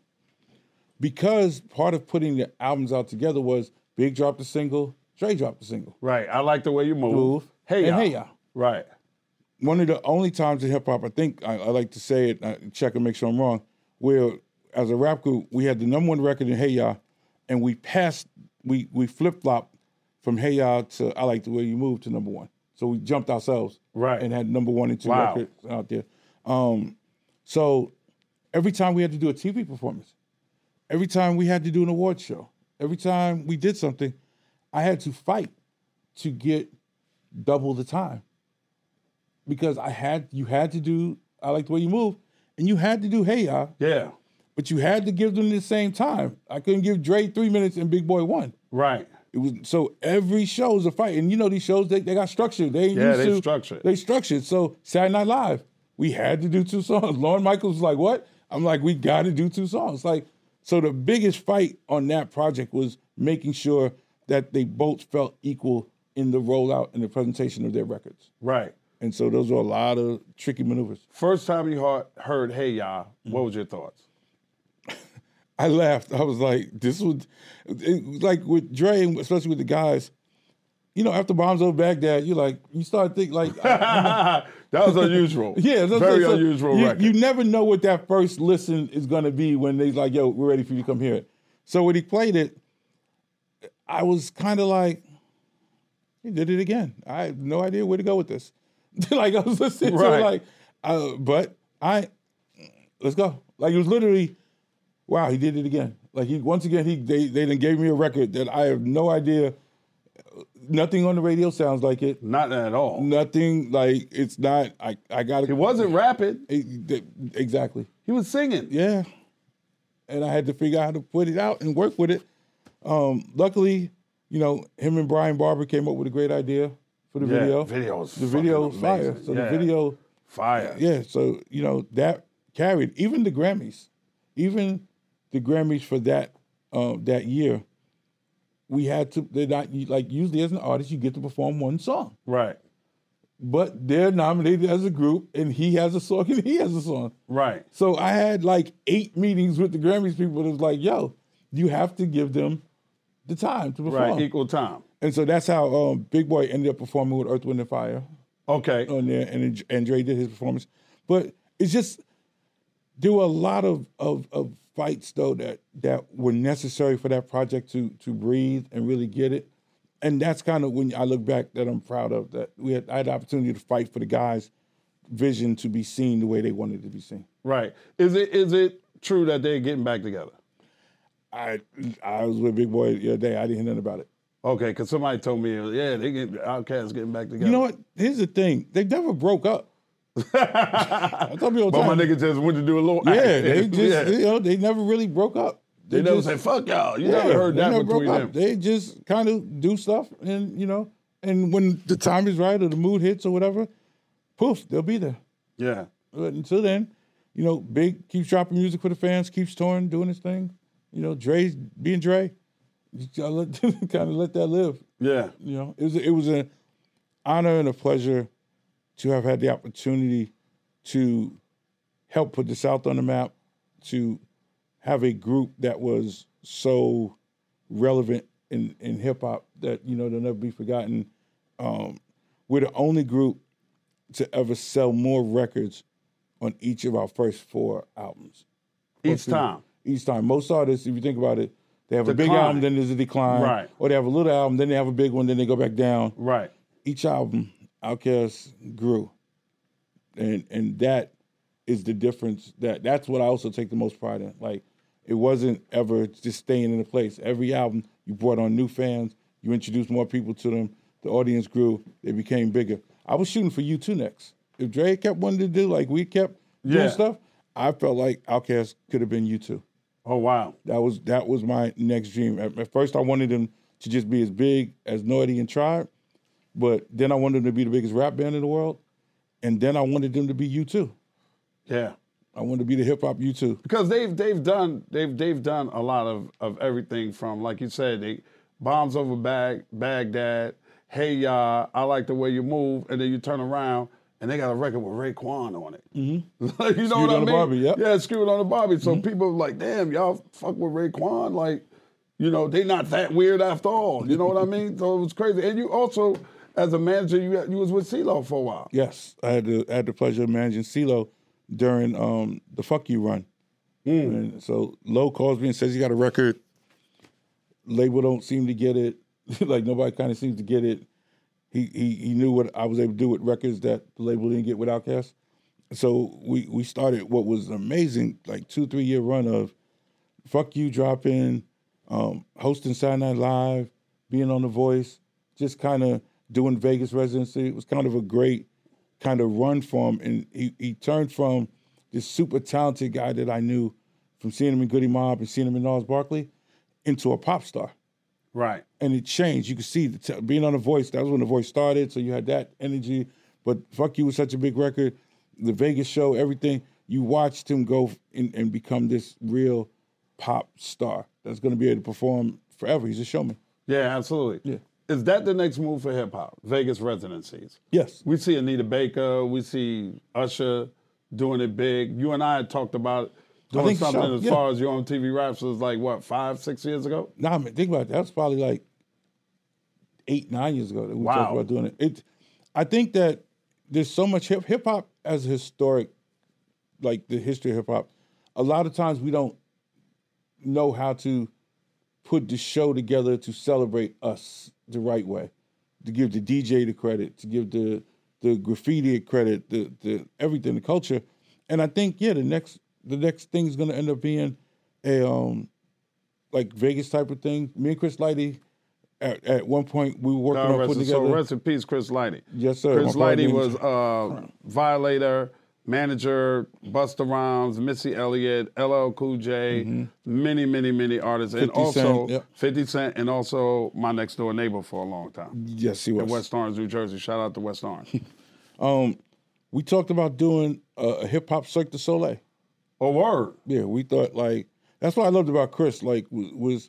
Speaker 4: Because part of putting the albums out together was Big dropped a single, Dre dropped a single.
Speaker 1: Right. I like the way you move.
Speaker 4: Move.
Speaker 1: Hey
Speaker 4: And
Speaker 1: y'all.
Speaker 4: Hey Ya.
Speaker 1: Right.
Speaker 4: one of the only times in hip hop, I think I, I like to say it, I check and make sure I'm wrong, where as a rap group, we had the number one record in Hey Ya, and we passed, we we flip flopped from Hey Ya to I Like the Way You Move to number one. So we jumped ourselves
Speaker 1: Right.
Speaker 4: and had number one and two
Speaker 1: Wow.
Speaker 4: records out there. Um, so every time we had to do a TV performance, every time we had to do an award show, every time we did something, I had to fight to get double the time because I had you had to do I like the way you move, and you had to do hey ya,
Speaker 1: Yeah.
Speaker 4: but you had to give them the same time. I couldn't give Dre three minutes and Big Boy one.
Speaker 1: Right.
Speaker 4: It was so every show's a fight, and you know these shows they, they got structured. They ain't
Speaker 1: Yeah,
Speaker 4: used
Speaker 1: they
Speaker 4: to-
Speaker 1: structured.
Speaker 4: They structured. So Saturday Night Live, we had to do two songs. Lauren Michaels was like, "What?" I'm like, "We got to do two songs." Like, so the biggest fight on that project was making sure that they both felt equal in the rollout and the presentation of their records.
Speaker 1: Right.
Speaker 4: And so those are a lot of tricky maneuvers.
Speaker 1: First time you heard, heard "Hey Ya," what was your thoughts?
Speaker 4: I laughed. I was like, this would, it was like with Dre, and especially with the guys, you know, after Bombs Over Baghdad, you like, you start thinking, like,
Speaker 1: that was unusual.
Speaker 4: yeah, that's-
Speaker 1: very
Speaker 4: that's-
Speaker 1: unusual
Speaker 4: You,
Speaker 1: record.
Speaker 4: you never know what that first listen is going to be when they's like, "Yo, we're ready for you to come hear it." So when he played it, I was kind of like, "He did it again." I have no idea where to go with this. like I was listening to
Speaker 1: Right.
Speaker 4: it, like, uh, but I let's go. Like it was literally, wow, he did it again. Like he once again, he they they then gave me a record that I have no idea. uh, Nothing on the radio sounds like it.
Speaker 1: Not at all.
Speaker 4: Nothing like it's not. I I got it. It
Speaker 1: wasn't rapping.
Speaker 4: exactly.
Speaker 1: He was singing.
Speaker 4: Yeah, and I had to figure out how to put it out and work with it. Um, luckily, you know, him and Brian Barber came up with a great idea for the
Speaker 1: Yeah,
Speaker 4: video.
Speaker 1: video was
Speaker 4: the video
Speaker 1: fucking
Speaker 4: fire.
Speaker 1: amazing.
Speaker 4: So
Speaker 1: Yeah.
Speaker 4: the video
Speaker 1: Fire.
Speaker 4: yeah, so you know that carried even the Grammys, even the Grammys for that um, that year. We had to. They're not you- like usually as an artist you get to perform one song,
Speaker 1: right?
Speaker 4: But they're nominated as a group, and he has a song, and he has a song,
Speaker 1: right?
Speaker 4: So I had like eight meetings with the Grammys people. That was like, yo, you have to give them the time to perform,
Speaker 1: Right, equal time.
Speaker 4: And so that's how um, Big Boy ended up performing with Earth, Wind, and Fire.
Speaker 1: Okay.
Speaker 4: On there, and then Dr- and Dre did his performance, but it's just there were a lot of of, of fights though that that were necessary for that project to to breathe and really get it. And that's kind of when I look back that I'm proud of that we had I had the opportunity to fight for the guys' vision to be seen the way they wanted it to be seen.
Speaker 1: Right. Is it is it true that they're getting back together?
Speaker 4: I I was with Big Boy the other day. I didn't hear nothing about it.
Speaker 1: Okay, because somebody told me, uh, yeah, they get Outkast getting back together.
Speaker 4: You know what? Here's the thing: they never broke up. I tell people all the
Speaker 1: But my
Speaker 4: time.
Speaker 1: nigga just went to do a little.
Speaker 4: yeah,
Speaker 1: act.
Speaker 4: they just
Speaker 1: Yeah.
Speaker 4: you know they never really broke up.
Speaker 1: They never say, "Fuck y'all." You never heard
Speaker 4: they
Speaker 1: that
Speaker 4: never
Speaker 1: between
Speaker 4: broke up.
Speaker 1: them.
Speaker 4: They just kind of do stuff, and you know, and when the time is right or the mood hits or whatever, poof, they'll be there.
Speaker 1: Yeah.
Speaker 4: But until then, you know, Big keeps dropping music for the fans, keeps touring, doing his thing. You know, Dre's being Dre. You gotta let, kind of let that live.
Speaker 1: Yeah.
Speaker 4: You know, it was it was an honor and a pleasure to have had the opportunity to help put the South on the map, to have a group that was so relevant in, in hip hop that you know they'll never be forgotten. Um, we're the only group to ever sell more records on each of our first four albums.
Speaker 1: Each
Speaker 4: Most people-
Speaker 1: time.
Speaker 4: Each time. Most artists, if you think about it, they have a big
Speaker 1: Decline.
Speaker 4: album, then there's a decline.
Speaker 1: Right.
Speaker 4: Or they have a little album, then they have a big one, then they go back down.
Speaker 1: Right.
Speaker 4: Each album, Outkast grew. And and that is the difference that that's what I also take the most pride in. Like it wasn't ever just staying in a place. Every album you brought on new fans, you introduced more people to them, the audience grew, they became bigger. I was shooting for you too next. If Dre kept wanting to do like we kept
Speaker 1: Yeah.
Speaker 4: doing stuff, I felt like Outkast could have been you too.
Speaker 1: Oh wow.
Speaker 4: That was that was my next dream. At, at first, I wanted them to just be as big as Naughty and Tribe, but then I wanted them to be the biggest rap band in the world, and then I wanted them to be you too.
Speaker 1: Yeah.
Speaker 4: I wanted to be the hip hop you too.
Speaker 1: because they've they've done they've they've done a lot of of everything from like you said they bombs over Bag Baghdad, hey ya, I like the way you move, and then you turn around and they got a record with Raekwon on it. Mm-hmm. you know
Speaker 4: Skewed
Speaker 1: what I
Speaker 4: on
Speaker 1: mean?
Speaker 4: the Barbie, yep. Mm-hmm.
Speaker 1: Yeah, screwed on the Barbie. So people are like, damn, y'all fuck with Raekwon, like you know they not that weird after all. You know what I mean? So it was crazy. And you also as a manager, you you was with CeeLo for a while.
Speaker 4: Yes, I had the I had the pleasure of managing CeeLo during um, the Fuck You run. And so Low calls me and says he got a record. Label don't seem to get it. like nobody kind of seems to get it. He he he knew what I was able to do with records that the label didn't get with Outkast. So we we started what was an amazing like two three year run of Fuck You dropping, um, hosting Saturday Night Live, being on The Voice, just kind of doing Vegas residency. It was kind of a great kind of run for him. And he, he turned from this super talented guy that I knew from seeing him in Goody Mob and seeing him in Nas Barkley into a pop star.
Speaker 1: Right.
Speaker 4: And it changed. You could see the t- being on The Voice, that was when The Voice started. So you had that energy. But Fuck You was such a big record. The Vegas show, everything. You watched him go and, and become this real pop star that's going to be able to perform forever. He's a showman.
Speaker 1: Yeah, absolutely.
Speaker 4: Yeah.
Speaker 1: Is that the next move for hip hop? Vegas residencies.
Speaker 4: Yes.
Speaker 1: We see Anita Baker. We see Usher doing it big. You and I had talked about doing
Speaker 4: think
Speaker 1: something
Speaker 4: so,
Speaker 1: as
Speaker 4: yeah.
Speaker 1: far as your own TV raps was like what five, six years ago.
Speaker 4: Nah, I mean, think about it. That was probably like eight, nine years ago that we
Speaker 1: Wow.
Speaker 4: talked about doing it. it. I think that there's so much hip hip hop as a historic, like the history of hip hop. A lot of times we don't know how to put the show together to celebrate us the right way, to give the DJ the credit, to give the the graffiti the credit, the the everything, the culture. And I think yeah, the next the next thing is going to end up being a um like Vegas type of thing. Me and Chris Lighty, at, at one point we were working
Speaker 1: God
Speaker 4: on
Speaker 1: rest
Speaker 4: putting
Speaker 1: his soul.
Speaker 4: together.
Speaker 1: Rest in peace, Chris Lighty.
Speaker 4: Yes, sir.
Speaker 1: Chris
Speaker 4: My
Speaker 1: Lighty
Speaker 4: partner.
Speaker 1: was uh, Violator, manager, Busta Rhymes, Missy Elliott, LL Cool J, many, many, many artists, and
Speaker 4: 50 Mm-hmm. Cent,
Speaker 1: also
Speaker 4: yep.
Speaker 1: 50 Cent, and also my next door neighbor for a long time.
Speaker 4: Yes, he was.
Speaker 1: In West Orange, New Jersey. Shout out to West Orange.
Speaker 4: Um, we talked about doing a, a hip hop Cirque du Soleil.
Speaker 1: Oh, word.
Speaker 4: Yeah, we thought like that's what I loved about Chris. Like w- was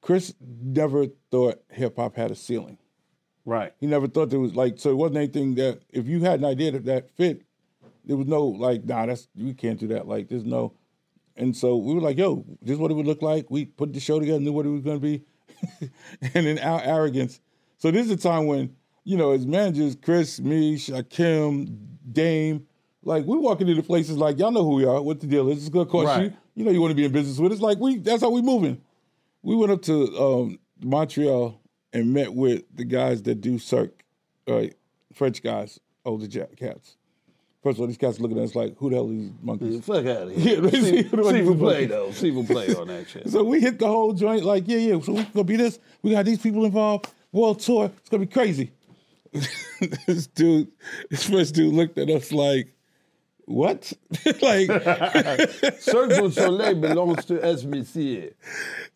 Speaker 4: Chris never thought hip hop had a ceiling.
Speaker 1: Right.
Speaker 4: He never thought there was like so it wasn't anything that if you had an idea that that fit, there was no like nah that's we can't do that. Like there's no, and so we were like yo this is what it would look like. We put the show together, knew what it was gonna be, and in our arrogance. So this is a time when you know as managers Chris, me, Shakim, Dame. Like we walking into places like y'all know who we are, what the deal is. It's gonna cost
Speaker 1: Right.
Speaker 4: you. You know you want to be in business with us. Like we, that's how we moving we went up to um, Montreal and met with the guys that do Cirque, right? French guys, older ja cats. First of all, these cats looking at us like, who the hell are these monkeys?
Speaker 1: Fuck out of here.
Speaker 4: Yeah, let's
Speaker 1: see,
Speaker 4: see
Speaker 1: see
Speaker 4: who the
Speaker 1: who
Speaker 4: fuck
Speaker 1: play
Speaker 4: is-
Speaker 1: though. See who play on that shit.
Speaker 4: So we hit the whole joint like, yeah, yeah. So we gonna be this. We got these people involved. World tour. It's gonna be crazy. this dude, this first dude looked at us like, what? like,
Speaker 1: Cirque du Soleil belongs to SBC.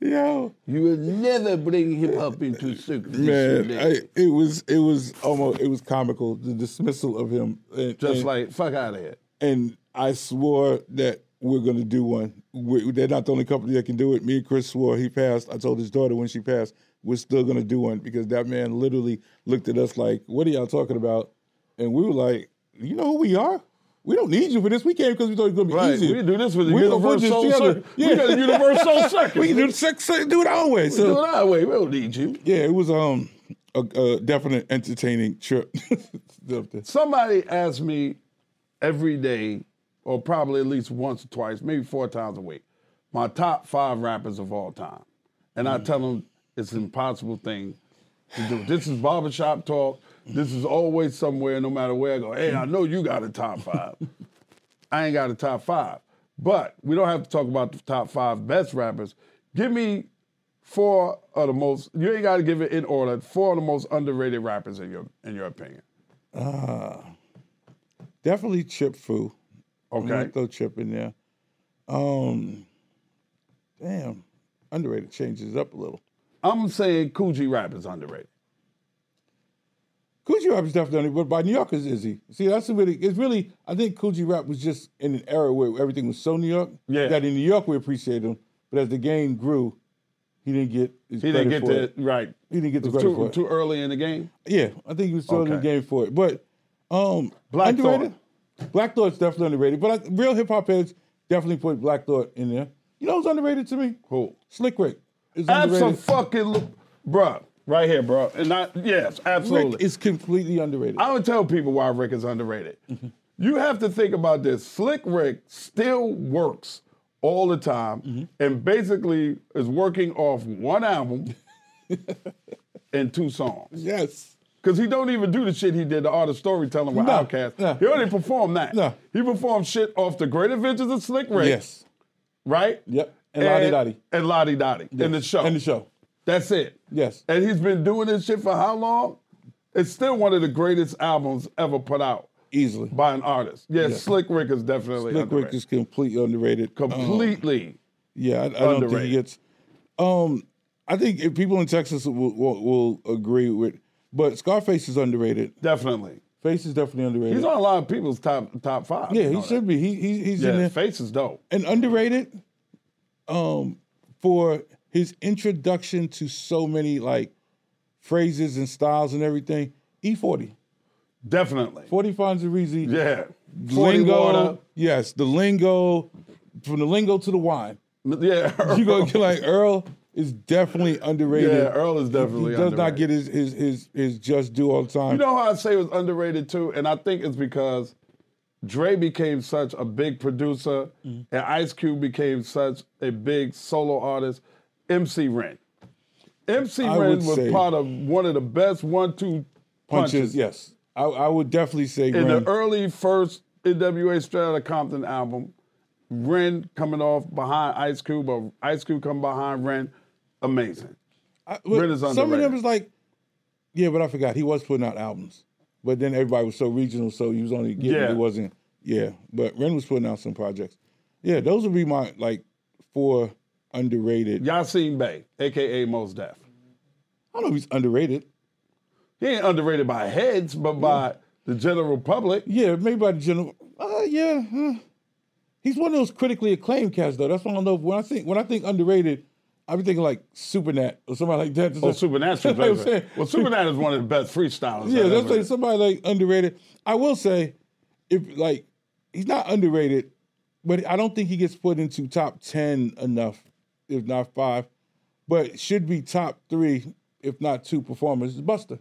Speaker 4: yo.
Speaker 1: You will never bring hip hop into Cirque du
Speaker 4: Man,
Speaker 1: Soleil.
Speaker 4: I, it was it was almost it was comical the dismissal of him. And,
Speaker 1: Just
Speaker 4: and-
Speaker 1: like fuck out of here.
Speaker 4: and I swore that we're gonna do one. We, they're not the only company that can do it. Me and Chris swore he passed. I told his daughter when she passed, we're still gonna do one because that man literally looked at us like, "What are y'all talking about?" And we were like, "You know who we are." We don't need you for this. We came because we thought it was gonna be
Speaker 1: Right.
Speaker 4: easy.
Speaker 1: We do this with the
Speaker 4: We- we're just
Speaker 1: Universal
Speaker 4: together.
Speaker 1: Circuit. We got a Universal Circuit.
Speaker 4: we can do the sex, do it our way. So
Speaker 1: Do it our way. We don't need you.
Speaker 4: yeah, it was um a, a definite entertaining trip. up there.
Speaker 1: Somebody asks me every day, or probably at least once or twice, maybe four times a week, my top five rappers of all time. And I tell them it's an impossible thing to do. This is barbershop talk. This is always somewhere, no matter where I go. Hey, I know you got a top five. I ain't got a top five. But we don't have to talk about the top five best rappers. Give me four of the most. You ain't got to give it in order. Four of the most underrated rappers in your in your opinion.
Speaker 4: Ah, definitely Chip Foo. I'm gonna
Speaker 1: Okay.
Speaker 4: throw Chip in there. Um, damn, underrated changes up a little.
Speaker 1: I'm saying Coogee rap is underrated.
Speaker 4: Coogee rap is definitely, but by New Yorkers is he? See, that's really. It's really. I think Coogee rap was just in an era where everything was so New York.
Speaker 1: Yeah.
Speaker 4: That in New York we appreciated him, but as the game grew, he didn't get. His
Speaker 1: He didn't
Speaker 4: credit
Speaker 1: get
Speaker 4: for
Speaker 1: the
Speaker 4: it.
Speaker 1: right.
Speaker 4: He didn't get the
Speaker 1: It was
Speaker 4: credit
Speaker 1: too,
Speaker 4: for it.
Speaker 1: too early in the game.
Speaker 4: Yeah, I think he was still in the
Speaker 1: Okay.
Speaker 4: game for it. But um,
Speaker 1: Black
Speaker 4: underrated. Black Thought's definitely underrated. But I, real hip hop heads definitely put Black Thought in there. You know who's underrated to me?
Speaker 1: Who?
Speaker 4: Slick Rick. Is
Speaker 1: Absolutely,
Speaker 4: underrated.
Speaker 1: fucking, bruh, right here, bruh. And I, yes, absolutely.
Speaker 4: Rick is completely underrated.
Speaker 1: I don't tell people why Rick is underrated. You have to think about this. Slick Rick still works all the time and basically is working off one album and two songs.
Speaker 4: Yes.
Speaker 1: Cause he don't even do the shit he did the art of storytelling with
Speaker 4: No,
Speaker 1: Outkast.
Speaker 4: no.
Speaker 1: He only performed that.
Speaker 4: No.
Speaker 1: He performed shit off the Great Adventures of Slick Rick.
Speaker 4: Yes.
Speaker 1: Right?
Speaker 4: Yep. And Lottie Dottie.
Speaker 1: And Lottie Dottie. In the show.
Speaker 4: In the show.
Speaker 1: That's it.
Speaker 4: Yes.
Speaker 1: And he's been doing this shit for how long? It's still one of the greatest albums ever put out
Speaker 4: Easily.
Speaker 1: by an artist. Yeah,
Speaker 4: Yeah.
Speaker 1: Slick Rick is definitely
Speaker 4: Slick
Speaker 1: underrated.
Speaker 4: Rick is completely underrated. Um,
Speaker 1: completely.
Speaker 4: Yeah, I, I don't think
Speaker 1: Underrated.
Speaker 4: he gets. Um, I think if people in Texas will, will, will agree with, but Scarface is underrated.
Speaker 1: Definitely.
Speaker 4: Face is definitely underrated.
Speaker 1: He's on a lot of people's top top five.
Speaker 4: yeah,
Speaker 1: you know
Speaker 4: he
Speaker 1: that.
Speaker 4: should be. He, he he's
Speaker 1: Yeah,
Speaker 4: in there.
Speaker 1: his face is dope.
Speaker 4: and underrated um for his introduction to so many like phrases and styles and everything. E E40.
Speaker 1: Definitely.
Speaker 4: 40 Fonzerizi.
Speaker 1: Yeah. 40 water.
Speaker 4: Lingo. Yes, the lingo, from the lingo to the wine.
Speaker 1: Yeah.
Speaker 4: You're going to get like, Earl is definitely underrated.
Speaker 1: Yeah, Earl is definitely
Speaker 4: He does not
Speaker 1: underrated.
Speaker 4: get his, his, his, his just due all the time.
Speaker 1: You know how I say it was underrated too, and I think it's because Dre became such a big producer,
Speaker 4: Mm-hmm.
Speaker 1: and Ice Cube became such a big solo artist. MC Ren, MC
Speaker 4: I
Speaker 1: Ren
Speaker 4: would
Speaker 1: was
Speaker 4: say-
Speaker 1: part of one of the best one-two punches,
Speaker 4: punches, yes. I, I would definitely say
Speaker 1: in
Speaker 4: Ren.
Speaker 1: the early first NWA Straight Outta Compton album. Ren coming off behind Ice Cube, or Ice Cube coming behind Ren, amazing.
Speaker 4: I- but
Speaker 1: Ren is
Speaker 4: Some of
Speaker 1: underrated.
Speaker 4: them is like, yeah, but I forgot he was putting out albums, but then everybody was so regional, so he was only getting
Speaker 1: Yeah.
Speaker 4: he wasn't. Yeah, but Ren was putting out some projects. Yeah, those would be my like four underrated.
Speaker 1: Yasin Bey, aka Mos Def.
Speaker 4: I don't know if he's underrated.
Speaker 1: He ain't underrated by heads, but by the general public.
Speaker 4: Yeah, maybe by the general. Uh, yeah, huh. he's one of those critically acclaimed cats though. That's why I don't know. When I think when I think underrated, I be thinking like Supernat or somebody like that.
Speaker 1: Oh, Supernatural,
Speaker 4: You know what I'm
Speaker 1: baby.
Speaker 4: saying?
Speaker 1: well, Supernatural is one of the best freestylers.
Speaker 4: Yeah,
Speaker 1: I've
Speaker 4: that's
Speaker 1: ever-
Speaker 4: like somebody like underrated. I will say, if like he's not underrated, but I don't think he gets put into top ten enough, if not five, but should be top three, if not two performers. Is Buster.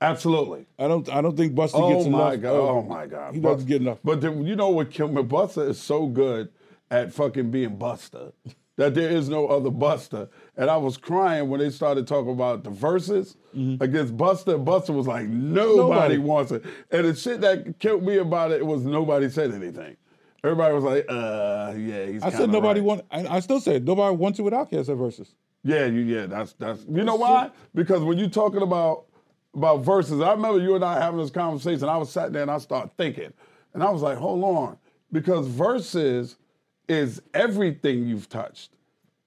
Speaker 1: Absolutely.
Speaker 4: I don't. I don't think Buster
Speaker 1: Oh
Speaker 4: gets enough.
Speaker 1: my god! Oh my god!
Speaker 4: He
Speaker 1: Bus-
Speaker 4: doesn't get enough.
Speaker 1: But then, you know what? Kilmer Buster is so good at fucking being Buster that there is no other Buster. And I was crying when they started talking about the verses against Buster. Buster was like, nobody,
Speaker 4: Mm-hmm. Nobody.
Speaker 1: wants it. And the shit that killed me about it was nobody said anything. Everybody was like, uh, yeah, he's.
Speaker 4: I said
Speaker 1: kinda
Speaker 4: nobody
Speaker 1: right.
Speaker 4: want. I, I still said nobody wants it with Outkast at versus.
Speaker 1: Yeah, you, yeah, that's that's. You know why? Because when you're talking about about verses, I remember you and I having this conversation. I was sat there and I started thinking, and I was like, hold on, because verses is everything you've touched.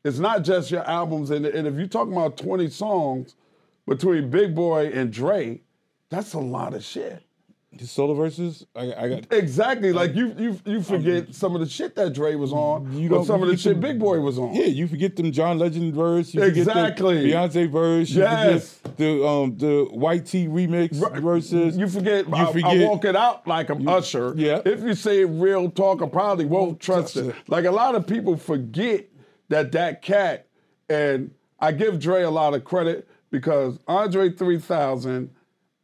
Speaker 1: It's not just your albums, and, and if you're talking about 20 songs between Big Boy and Dre, that's a lot of shit.
Speaker 4: His solo verses. I, I got.
Speaker 1: Exactly, like you you you forget some of the shit that Dre was on,
Speaker 4: You
Speaker 1: or
Speaker 4: don't-
Speaker 1: some of
Speaker 4: you
Speaker 1: the shit
Speaker 4: can-
Speaker 1: Big Boy was on.
Speaker 4: Yeah, you forget them John Legend verse. You forget them
Speaker 1: Exactly.
Speaker 4: Beyonce verse. You
Speaker 1: Yes.
Speaker 4: forget the um the White T remix verses.
Speaker 1: You forget,
Speaker 4: You
Speaker 1: I, I
Speaker 4: forget-
Speaker 1: walk it out like I'm Usher.
Speaker 4: yeah.
Speaker 1: If you say real talk, I probably won't trust it. Like a lot of people forget that that cat, and I give Dre a lot of credit because Andre 3000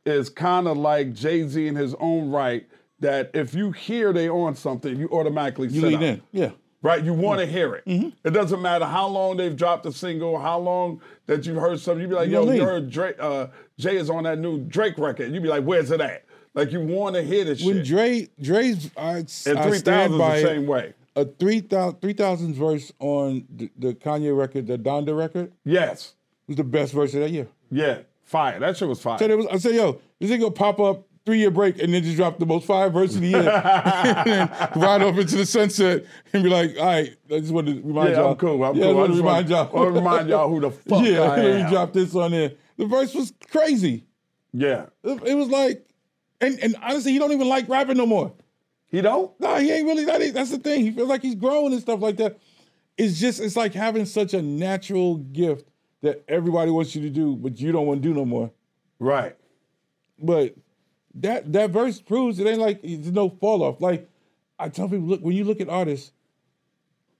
Speaker 1: is kind of like Jay Z in his own right. That if you hear they on something, you automatically
Speaker 4: You
Speaker 1: sit
Speaker 4: lean
Speaker 1: up
Speaker 4: in. Yeah. Mm-hmm.
Speaker 1: right? You want to hear it. It doesn't matter how long they've dropped a single, how long that you've heard something. You'd be like,
Speaker 4: You
Speaker 1: yo,
Speaker 4: lean.
Speaker 1: you heard Drake, uh, Jay is on that new Drake record. You'd be like, where's it at? Like, you want to hear this
Speaker 4: When
Speaker 1: shit.
Speaker 4: Dre Dre's I,
Speaker 1: and
Speaker 4: I
Speaker 1: 3000
Speaker 4: stand
Speaker 1: is
Speaker 4: by
Speaker 1: the
Speaker 4: it.
Speaker 1: same way.
Speaker 4: a 3000 3000 verse on the, the Kanye record, the Donda record
Speaker 1: Yes.
Speaker 4: was the best verse of that year.
Speaker 1: Yeah. Fire. That shit was fire.
Speaker 4: So there was, I said, yo, this ain't gonna pop up three year break and then just drop the most fire verse of the year and then ride off into the sunset and be like, all right, I just wanted to remind
Speaker 1: Yeah,
Speaker 4: y'all.
Speaker 1: I'm cool. I'm
Speaker 4: yeah,
Speaker 1: cool.
Speaker 4: I
Speaker 1: I
Speaker 4: just
Speaker 1: just
Speaker 4: wanted
Speaker 1: wanna-
Speaker 4: to remind y'all.
Speaker 1: I wanna remind y'all who the fuck
Speaker 4: yeah,
Speaker 1: I
Speaker 4: let me
Speaker 1: am.
Speaker 4: drop this on there. The verse was crazy.
Speaker 1: yeah.
Speaker 4: It, it was like, and, and honestly, he don't even like rapping no more.
Speaker 1: He don't?
Speaker 4: Nah, he ain't really. That is, that's the thing. He feels like he's growing and stuff like that. It's just it's like having such a natural gift that everybody wants you to do, but you don't want to do no more.
Speaker 1: Right.
Speaker 4: But that that verse proves it ain't like there's no fall off. Like I tell people, look when you look at artists.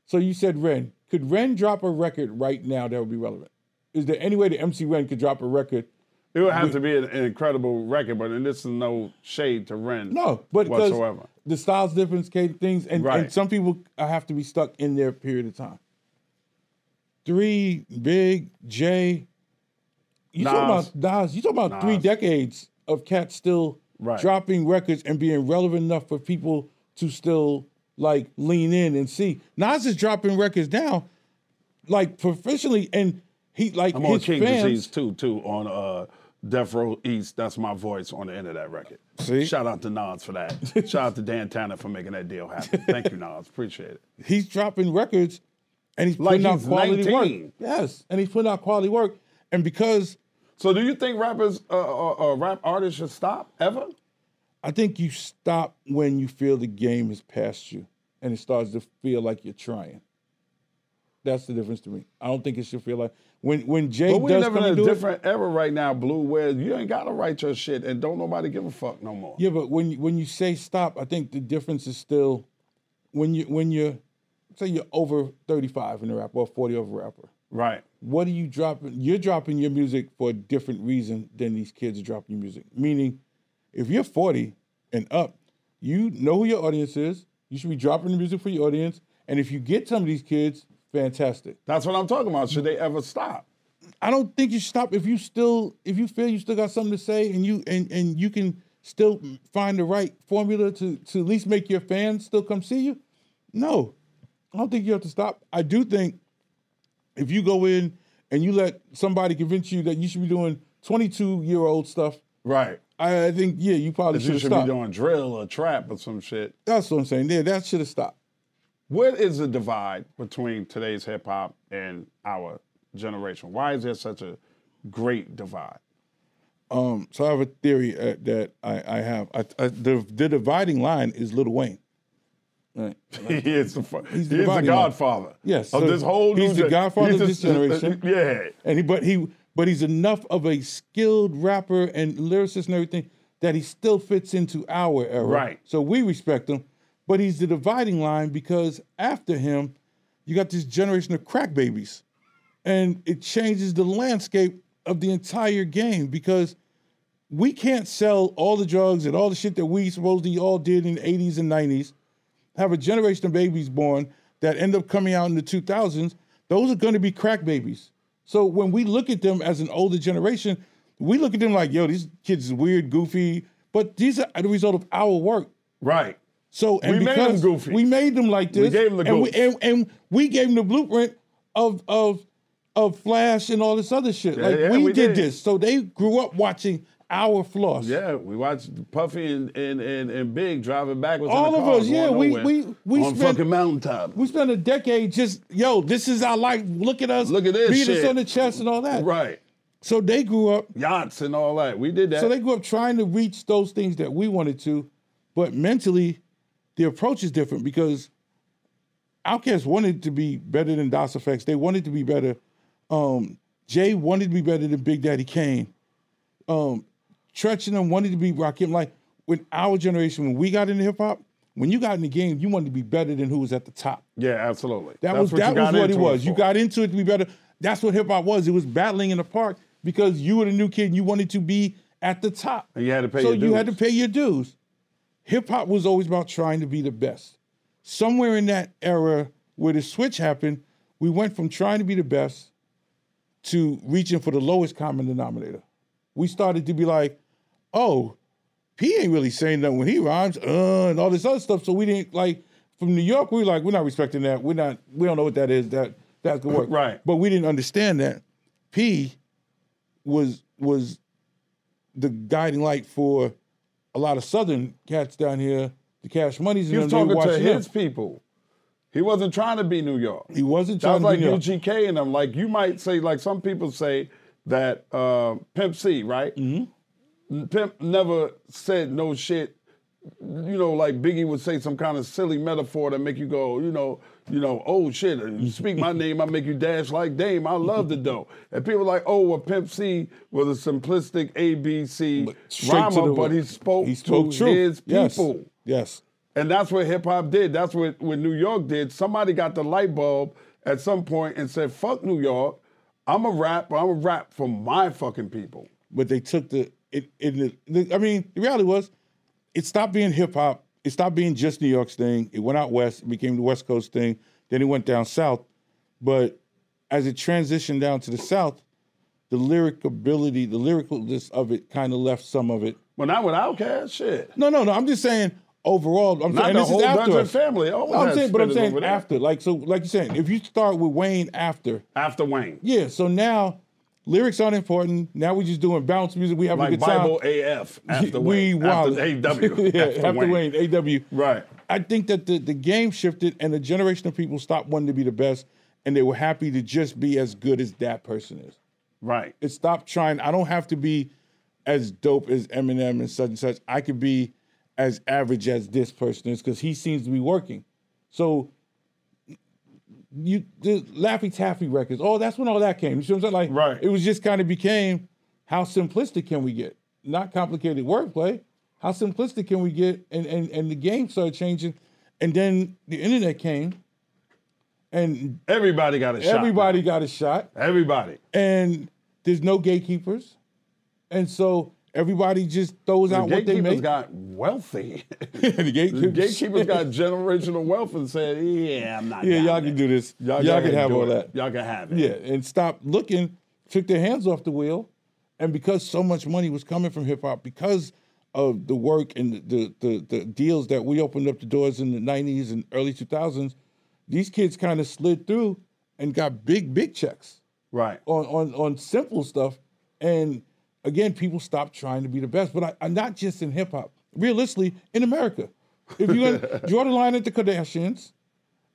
Speaker 4: So you said Ren. Could Ren drop a record right now that would be relevant? Is there any way that MC Ren could drop a record?
Speaker 1: It would have to be an, an incredible record, but this is no shade to Ren.
Speaker 4: No, but 'cause
Speaker 1: whatsoever.
Speaker 4: the styles difference, came things, and,
Speaker 1: Right.
Speaker 4: and some people have to be stuck in their period of time. Three, Big, Jay. You
Speaker 1: Nas.
Speaker 4: talking about Nas? You talking about three
Speaker 1: Nas.
Speaker 4: decades of cats still
Speaker 1: Right.
Speaker 4: dropping records and being relevant enough for people to still like lean in and see. Nas is dropping records now, like proficiently, and he like
Speaker 1: I'm
Speaker 4: his
Speaker 1: on King
Speaker 4: fans.
Speaker 1: Disease too, too on uh, Death Row East. That's my voice on the end of that record.
Speaker 4: See?
Speaker 1: Shout out to Nas for that. Shout out to Dan Tanner for making that deal happen. Thank you, Nas. Appreciate it.
Speaker 4: he's dropping records and he's
Speaker 1: Like
Speaker 4: putting out
Speaker 1: he's
Speaker 4: quality
Speaker 1: 19.
Speaker 4: work. Yes, and he's putting out quality work. And because
Speaker 1: So, do you think rappers, uh, uh, uh, rap artists, should stop ever?
Speaker 4: I think you stop when you feel the game is past you and it starts to feel like you're trying. That's the difference to me. I don't think it should feel like when when Jay
Speaker 1: but we
Speaker 4: does
Speaker 1: living in
Speaker 4: come
Speaker 1: a
Speaker 4: and do it-
Speaker 1: different era right now, Blue, where you ain't gotta write your shit and don't nobody give a fuck no more.
Speaker 4: Yeah, but when you- when you say stop, I think the difference is still when you when you're say you're over 35 in a rapper or 40 over a rapper.
Speaker 1: Right.
Speaker 4: What are you dropping? You're dropping your music for a different reason than these kids are dropping your music. Meaning, if you're 40 and up, you know who your audience is. You should be dropping the music for your audience. And if you get some of these kids, fantastic.
Speaker 1: That's what I'm talking about. Should they ever stop?
Speaker 4: I don't think you should stop if you still if you feel you still got something to say and you and and you can still find the right formula to to at least make your fans still come see you. No, I don't think you have to stop. I do think if you go in and you let somebody convince you that you should be doing 22 year old stuff,
Speaker 1: right?
Speaker 4: I, I think yeah, you probably
Speaker 1: That you
Speaker 4: should
Speaker 1: should
Speaker 4: stop.
Speaker 1: be doing drill or trap or some shit.
Speaker 4: That's what I'm saying. Yeah, that should have stopped.
Speaker 1: What is the divide between today's hip hop and our generation? Why is there such a great divide?
Speaker 4: Um, so I have a theory uh, that I, I have. I, I, the the dividing line is Lil Wayne. Right.
Speaker 1: he is the, fu-
Speaker 4: He's
Speaker 1: he's
Speaker 4: the
Speaker 1: the,
Speaker 4: dividing line.
Speaker 1: godfather.
Speaker 4: Yes,
Speaker 1: of
Speaker 4: so
Speaker 1: this whole new
Speaker 4: he's the
Speaker 1: gen-
Speaker 4: godfather
Speaker 1: he's
Speaker 4: of
Speaker 1: a-
Speaker 4: this generation.
Speaker 1: uh, yeah,
Speaker 4: and he but he but he's enough of a skilled rapper and lyricist and everything that he still fits into our era.
Speaker 1: Right.
Speaker 4: So we respect him, but he's the dividing line because after him, you got this generation of crack babies, and it changes the landscape of the entire game because we can't sell all the drugs and all the shit that we supposedly all did in the 80s and 90s, have a generation of babies born that end up coming out in the 2000s. Those are going to be crack babies. So when we look at them as an older generation, we look at them like, yo, these kids is weird, goofy, but these are the result of our work.
Speaker 1: Right.
Speaker 4: So and
Speaker 1: We made 'em
Speaker 4: because
Speaker 1: goofy.
Speaker 4: we made them like
Speaker 1: We
Speaker 4: this,
Speaker 1: gave 'em the
Speaker 4: and we,
Speaker 1: goof.
Speaker 4: and, and we gave them the blueprint of of of Flash and all this other shit.
Speaker 1: Yeah,
Speaker 4: like
Speaker 1: yeah,
Speaker 4: we,
Speaker 1: we
Speaker 4: did,
Speaker 1: did.
Speaker 4: this, so they grew up watching our flaws.
Speaker 1: Yeah, we watched Puffy and and and, and Big driving backwards. in
Speaker 4: All
Speaker 1: the
Speaker 4: of
Speaker 1: car,
Speaker 4: us, yeah,
Speaker 1: going
Speaker 4: we-
Speaker 1: nowhere
Speaker 4: we- we
Speaker 1: on
Speaker 4: spent-
Speaker 1: fucking mountaintop.
Speaker 4: We spent a decade just, yo, this is our life. Look at us.
Speaker 1: Look at this
Speaker 4: Beat
Speaker 1: shit.
Speaker 4: us on the chest and all that.
Speaker 1: Right.
Speaker 4: So they grew up.
Speaker 1: Yachts and all that. We did that.
Speaker 4: So they grew up trying to reach those things that we wanted to, but mentally, the approach is different because Outkast wanted to be better than DOS Effects. They wanted to be better. Um, Jay wanted to be better than Big Daddy Kane. Um, Tretch and them wanted to be Rakim. Like with our generation, when we got into hip hop, when you got in the game, you wanted to be better than who was at the top.
Speaker 1: yeah, absolutely.
Speaker 4: That
Speaker 1: That's
Speaker 4: was
Speaker 1: what you
Speaker 4: that was
Speaker 1: got
Speaker 4: what it
Speaker 1: into
Speaker 4: was.
Speaker 1: for.
Speaker 4: You got into it to be better. That's what hip hop was. It was battling in the park because you were the new kid and you wanted to be at the top.
Speaker 1: And you had to pay
Speaker 4: So
Speaker 1: your
Speaker 4: you had to
Speaker 1: dues.
Speaker 4: pay your dues. Hip hop was always about trying to be the best. Somewhere in that era where the switch happened, we went from trying to be the best to reaching for the lowest common denominator. We started to be like, oh, he ain't really saying nothing when he rhymes, uh, and all this other stuff. So we didn't like from New York, we were like, we're not respecting that. We're not, we don't know what that is. That that's gonna work.
Speaker 1: Right.
Speaker 4: But we didn't understand that. P was was the guiding light for a lot of southern cats down here, the cash monies
Speaker 1: He
Speaker 4: and
Speaker 1: was
Speaker 4: them, they were
Speaker 1: talking to
Speaker 4: watching them.
Speaker 1: his people. He wasn't trying to be New York.
Speaker 4: He wasn't
Speaker 1: That's
Speaker 4: trying to
Speaker 1: like
Speaker 4: be New York.
Speaker 1: UGK and them. Like you might say, like some people say that uh, Pimp C, right?
Speaker 4: Mm-hmm.
Speaker 1: N- Pimp never said no shit. You know, like Biggie would say some kind of silly metaphor that make you go, you know, you know, oh shit, you speak my name, I make you dash like Dame. I love the dough. And people like, oh, well, Pimp C was a simplistic ABC
Speaker 4: Straight to
Speaker 1: rhymer,
Speaker 4: the-
Speaker 1: but he spoke,
Speaker 4: he spoke
Speaker 1: to
Speaker 4: truth.
Speaker 1: his
Speaker 4: Yes.
Speaker 1: people.
Speaker 4: Yes.
Speaker 1: And that's what hip hop did. That's what, what New York did. Somebody got the light bulb at some point and said, fuck New York. I'm a rap, but I'm a rap for my fucking people.
Speaker 4: but they took the it, it, the I mean, the reality was it stopped being hip hop. It stopped being just New York's thing. It went out west. It became the West Coast thing. Then it went down south. But as it transitioned down to the south, the lyric ability, the lyricalness of it, kind of left some of it.
Speaker 1: Well, not with Outkast, shit.
Speaker 4: No, no, no. I'm just saying overall. I'm
Speaker 1: Not
Speaker 4: saying
Speaker 1: the
Speaker 4: this
Speaker 1: whole
Speaker 4: is after
Speaker 1: Dungeon
Speaker 4: us.
Speaker 1: family. It always
Speaker 4: No, I'm
Speaker 1: had
Speaker 4: saying, but I'm
Speaker 1: spitters
Speaker 4: saying
Speaker 1: over there.
Speaker 4: after, like so, like you're saying, if you start with Wayne after,
Speaker 1: After Wayne.
Speaker 4: yeah. So now lyrics aren't important. Now we're just doing bounce music. We have a
Speaker 1: Like
Speaker 4: good time.
Speaker 1: Bible AF after
Speaker 4: we
Speaker 1: Wayne.
Speaker 4: wild.
Speaker 1: After AW.
Speaker 4: yeah, after, Wayne. AW.
Speaker 1: Right.
Speaker 4: I think that the, the game shifted and the generation of people stopped wanting to be the best and they were happy to just be as good as that person is.
Speaker 1: Right.
Speaker 4: It stopped trying. I don't have to be as dope as Eminem and such and such. I could be as average as this person is because he seems to be working. So you the Laffy Taffy records. Oh, that's when all that came. You see what I'm saying? Like, right. It was just kind of became how simplistic can we get? Not complicated wordplay. How simplistic can we get? And and and the game started changing, and then the internet came, and
Speaker 1: everybody got a shot.
Speaker 4: Everybody got a shot.
Speaker 1: Everybody.
Speaker 4: And there's no gatekeepers, and so everybody just throws
Speaker 1: The
Speaker 4: out what they
Speaker 1: gatekeepers
Speaker 4: make.
Speaker 1: got wealthy.
Speaker 4: the
Speaker 1: The
Speaker 4: gatekeepers,
Speaker 1: gatekeepers got generational wealth and said, "Yeah, I'm not."
Speaker 4: yeah,
Speaker 1: down
Speaker 4: y'all
Speaker 1: there."
Speaker 4: can do this. Y'all,
Speaker 1: go
Speaker 4: can
Speaker 1: ahead and
Speaker 4: have
Speaker 1: do
Speaker 4: all
Speaker 1: it.
Speaker 4: that.
Speaker 1: Y'all can have it.
Speaker 4: Yeah, and stop looking, took their hands off the wheel. And because so much money was coming from hip hop, because of the work and the, the, the, the deals that we opened up the doors in the 90s and early 2000s, these kids kind of slid through and got big, big checks.
Speaker 1: Right.
Speaker 4: On, on, on simple stuff. And again, people stopped trying to be the best. But I, I not just in hip hop, realistically, in America. If you gonna draw the line at the Kardashians,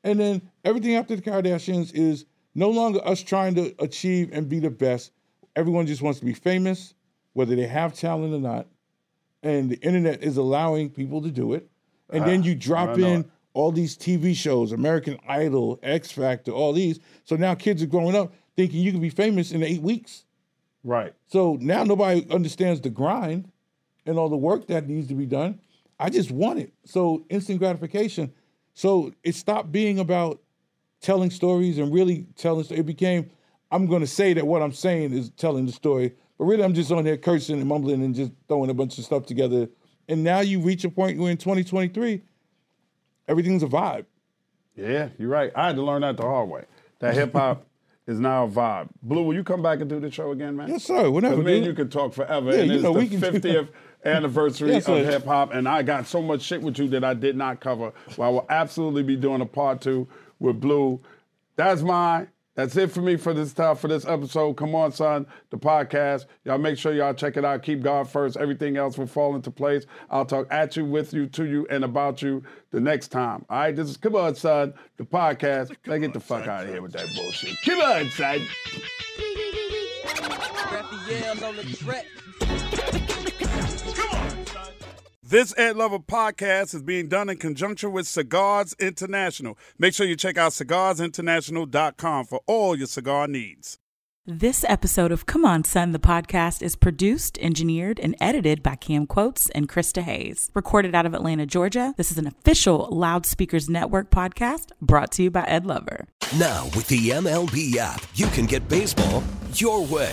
Speaker 4: and then everything after the Kardashians is no longer us trying to achieve and be the best. Everyone just wants to be famous, whether they have talent or not. And the internet is allowing people to do it. And then
Speaker 1: Ah,
Speaker 4: you drop
Speaker 1: I know
Speaker 4: in
Speaker 1: it.
Speaker 4: all these TV shows, American Idol, X Factor, all these. So now kids are growing up thinking you can be famous in eight weeks.
Speaker 1: Right.
Speaker 4: So now nobody understands the grind and all the work that needs to be done. I just want it. So instant gratification. So it stopped being about telling stories and really telling. It became, I'm going to say that what I'm saying is telling the story, but really I'm just on there cursing and mumbling and just throwing a bunch of stuff together. And now you reach a point where in 2023, everything's a vibe.
Speaker 1: Yeah, you're right. I had to learn that the hard way. That hip hop is now a vibe. Blue, will you come back and do the show again, man?
Speaker 4: Yes, sir. Whenever,
Speaker 1: 'Cause me and
Speaker 4: dude.
Speaker 1: you can talk forever.
Speaker 4: Yeah,
Speaker 1: and
Speaker 4: you
Speaker 1: it's
Speaker 4: know,
Speaker 1: the
Speaker 4: we can do
Speaker 1: 50th anniversary
Speaker 4: Yes,
Speaker 1: of
Speaker 4: sir.
Speaker 1: hip hop, and I got so much shit with you that I did not cover. But I will absolutely be doing a part two with Blue. That's mine. That's it for me for this time for this episode. Come on, son, the podcast. Y'all make sure y'all check it out. Keep God first. Everything else will fall into place. I'll talk at you, with you, to you, and about you the next time. All right, this is Come On, son, the podcast. Now get the fuck out of here with that bullshit. Come on, son.
Speaker 11: Raphael on the track.
Speaker 12: This Ed Lover podcast is being done in conjunction with Cigars International. Make sure you check out cigarsinternational.com for all your cigar needs.
Speaker 13: This episode of Come On Son, the podcast, is produced, engineered, and edited by Cam Quotes and Krista Hayes. Recorded out of Atlanta, Georgia, this is an official Loudspeakers Network podcast brought to you by Ed Lover.
Speaker 3: Now, with the MLB app, you can get baseball your way.